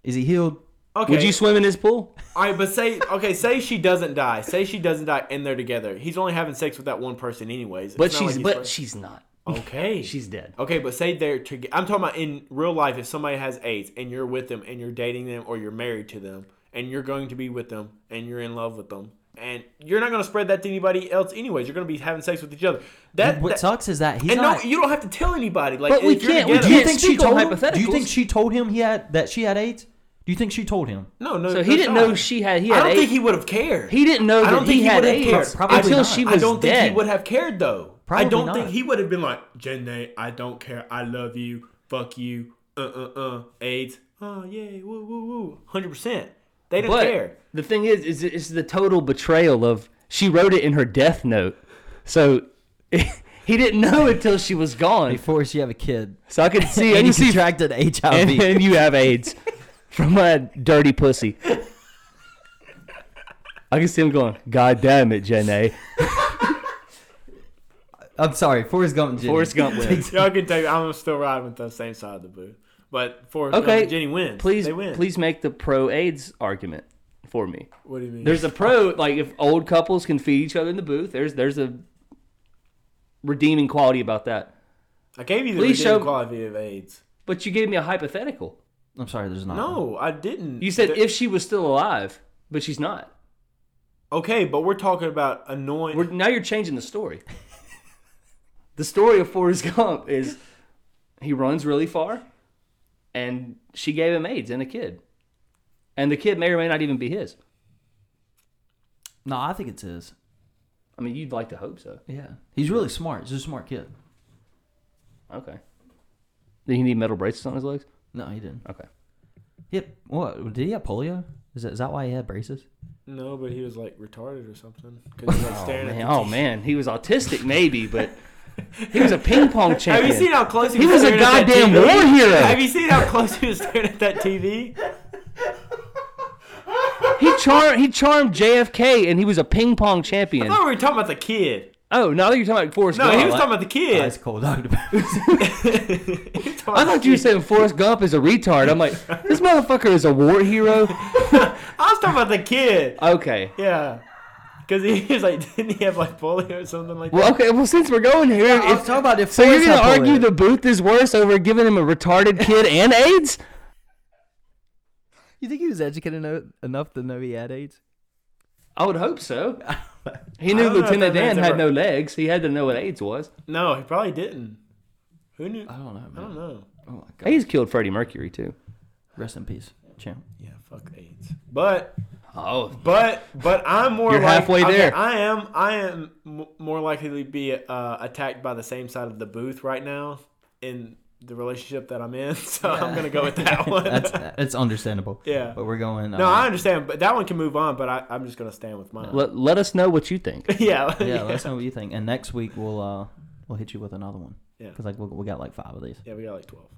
Speaker 1: Is he healed?
Speaker 3: Okay.
Speaker 2: Would you swim in his pool?
Speaker 3: All right, but say okay, say she doesn't die. Say she doesn't die, and they're together. He's only having sex with that one person, anyways.
Speaker 2: But
Speaker 3: It's not
Speaker 2: she's
Speaker 3: like Oh,
Speaker 2: but
Speaker 3: he's-
Speaker 2: she's not.
Speaker 3: okay.
Speaker 2: She's dead.
Speaker 3: okay, but say they're together. I'm talking about in real life. If somebody has AIDS and you're with them and you're dating them or you're married to them and you're going to be with them and you're in love with them and you're not going to spread that to anybody else, anyways. You're going to be having sex with each other. That,
Speaker 1: What
Speaker 3: that-
Speaker 1: sucks is that he's
Speaker 3: and no,
Speaker 1: not.
Speaker 3: you don't have to tell anybody. Like,
Speaker 2: But we
Speaker 3: if you're
Speaker 2: can't- we
Speaker 3: together-
Speaker 1: do you
Speaker 2: can't
Speaker 1: think she
Speaker 2: speak on
Speaker 1: told him? Do you
Speaker 2: hypotheticals.
Speaker 1: think she told him he had that she had AIDS? Do you think she told him?
Speaker 3: No, no.
Speaker 2: So
Speaker 3: no
Speaker 2: he didn't
Speaker 3: shot.
Speaker 2: know she had he
Speaker 3: I
Speaker 2: had
Speaker 3: don't
Speaker 2: AIDS.
Speaker 3: think he would have cared.
Speaker 2: He didn't know
Speaker 3: I
Speaker 2: that
Speaker 3: don't think
Speaker 2: he
Speaker 3: he
Speaker 2: had
Speaker 3: would have
Speaker 2: AIDS
Speaker 3: cared. Probably
Speaker 2: until
Speaker 1: not.
Speaker 2: she
Speaker 1: I
Speaker 2: was
Speaker 3: I don't
Speaker 2: dead.
Speaker 3: think he would have cared though.
Speaker 1: Probably
Speaker 3: I don't
Speaker 1: not.
Speaker 3: think he would have been like, Janae, I don't care. I love you. Fuck you. Uh uh uh. AIDS. Oh yay. Woo woo woo. Hundred percent. They didn't
Speaker 2: But
Speaker 3: care.
Speaker 2: the thing is, is it's the total betrayal of she wrote it in her death note, so he didn't know until she was gone.
Speaker 1: Before she have a kid,
Speaker 2: So I could see,
Speaker 1: and
Speaker 2: I can
Speaker 1: he
Speaker 2: see,
Speaker 1: contracted
Speaker 2: and,
Speaker 1: HIV.
Speaker 2: and you have AIDS from my dirty pussy. I can see him going, God damn it, Janae.
Speaker 1: I'm sorry, Forrest Gump. And Jenny.
Speaker 2: Forrest Gump wins.
Speaker 3: Y'all can take. I'm still riding with the same side of the booth. But for
Speaker 2: Okay,
Speaker 3: Jenny wins.
Speaker 2: Please,
Speaker 3: they win.
Speaker 2: please make the pro AIDS argument for me.
Speaker 3: What do you mean?
Speaker 2: There's a pro like if old couples can feed each other in the booth. There's there's a redeeming quality about that.
Speaker 3: I gave you the
Speaker 2: please
Speaker 3: redeeming
Speaker 2: show-
Speaker 3: quality of AIDS.
Speaker 2: But you gave me a hypothetical.
Speaker 1: I'm sorry, there's not. one.
Speaker 3: No, I didn't.
Speaker 2: You said
Speaker 3: Th-
Speaker 2: if she was still alive, but she's not.
Speaker 3: okay, but we're talking about annoying.
Speaker 2: We're, now you're changing the story. the story of Forrest Gump is he runs really far, and she gave him AIDS and a kid, and the kid may or may not even be his.
Speaker 1: no, I think it's his.
Speaker 2: I mean, you'd like to hope so.
Speaker 1: Yeah, he's really smart. He's a smart kid.
Speaker 2: Okay. Did he need metal braces on his legs?
Speaker 1: No, he didn't.
Speaker 2: Okay.
Speaker 1: Yep. What did he have polio? Is that, is that why he had braces?
Speaker 3: no, but he was like retarded or something because he was staring at
Speaker 2: Man,
Speaker 3: the
Speaker 2: oh man, he was autistic maybe, but he was a ping pong champion.
Speaker 3: Have you seen how close he,
Speaker 2: He was a
Speaker 3: staring at that
Speaker 2: goddamn
Speaker 3: TV?
Speaker 2: war hero.
Speaker 3: Have you seen how close he was staring at that TV?
Speaker 2: he charmed he charmed JFK, and he was a ping pong champion.
Speaker 3: No, we were talking about the kid.
Speaker 2: Oh, now that you're talking about Forrest
Speaker 3: No,
Speaker 2: Gump,
Speaker 3: he was talking about the
Speaker 1: Yeah.
Speaker 3: kid.
Speaker 1: Ice cold dog.
Speaker 2: I thought you were saying Forrest Gump is a retard. I'm like, this motherfucker is a war hero.
Speaker 3: I was talking about the kid.
Speaker 2: Okay.
Speaker 3: Yeah, because he was like, didn't he have like polio or something like that?
Speaker 2: Well, okay. Well, since we're going here,
Speaker 1: I was
Speaker 2: if-
Speaker 1: talking about if
Speaker 2: so you're
Speaker 1: Forrest
Speaker 2: gonna
Speaker 1: had
Speaker 2: argue
Speaker 1: polio.
Speaker 2: the booth is worse over giving him a retarded kid and AIDS?
Speaker 1: You think he was educated eno- enough to know he had AIDS?
Speaker 2: I would hope so. He knew
Speaker 3: I don't know if
Speaker 2: Lieutenant
Speaker 3: that
Speaker 2: Dan
Speaker 3: man's
Speaker 2: had
Speaker 3: ever-
Speaker 2: no legs. He had to know what AIDS was.
Speaker 3: No, he probably didn't. Who knew? I
Speaker 1: I don't know. Man.
Speaker 3: don't know.
Speaker 1: Oh my god.
Speaker 2: AIDS killed Freddie Mercury too.
Speaker 1: Rest in peace. champ.
Speaker 3: Yeah, fuck AIDS. But
Speaker 2: Oh,
Speaker 3: but but I'm more.
Speaker 2: You're
Speaker 3: like-
Speaker 2: halfway
Speaker 3: okay,
Speaker 2: there.
Speaker 3: I am. I am m- more likely to be uh, attacked by the same side of the booth right now in the relationship that I'm in. So I'm gonna go with that one.
Speaker 1: That's that's understandable.
Speaker 3: Yeah.
Speaker 1: But we're going.
Speaker 3: no, I understand, but that one can move on. But I, I'm just gonna stand with mine.
Speaker 2: let, let us know what you think.
Speaker 3: yeah,
Speaker 1: uh, yeah, Let us know what you think, and next week we'll uh we'll hit you with another one.
Speaker 3: Yeah.
Speaker 1: Because like we we got like five of these.
Speaker 3: Yeah, we got like twelve.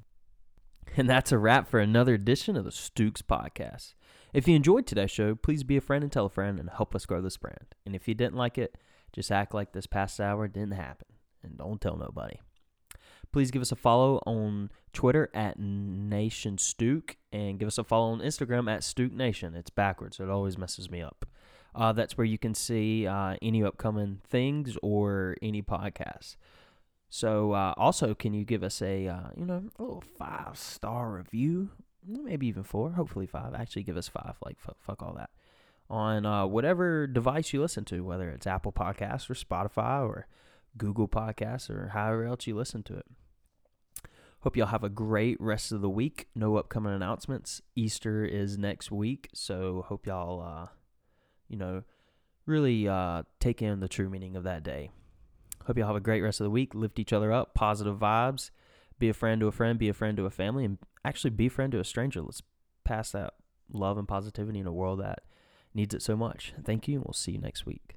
Speaker 1: And that's a wrap for another edition of the Stooks Podcast. If you enjoyed today's show, please be a friend and tell a friend and help us grow this brand. And if you didn't like it, just act like this past hour didn't happen and don't tell nobody. Please give us a follow on Twitter at Nation Stook and give us a follow on Instagram at Stook Nation. It's backwards, so it always messes me up. Uh, that's where you can see uh, any upcoming things or any podcasts. So uh, also, can you give us a uh, you know a little five star review, maybe even four, hopefully five. Actually, give us five. Like fuck, fuck all that on uh, whatever device you listen to, whether it's Apple Podcasts or Spotify or Google Podcasts or however else you listen to it. Hope y'all have a great rest of the week. No upcoming announcements. Easter is next week, so hope y'all uh, you know really uh, take in the true meaning of that day. Hope y'all have a great rest of the week. Lift each other up. Positive vibes. Be a friend to a friend. Be a friend to a family. And actually, be a friend to a stranger. Let's pass that love and positivity in a world that needs it so much. Thank you, and we'll see you next week.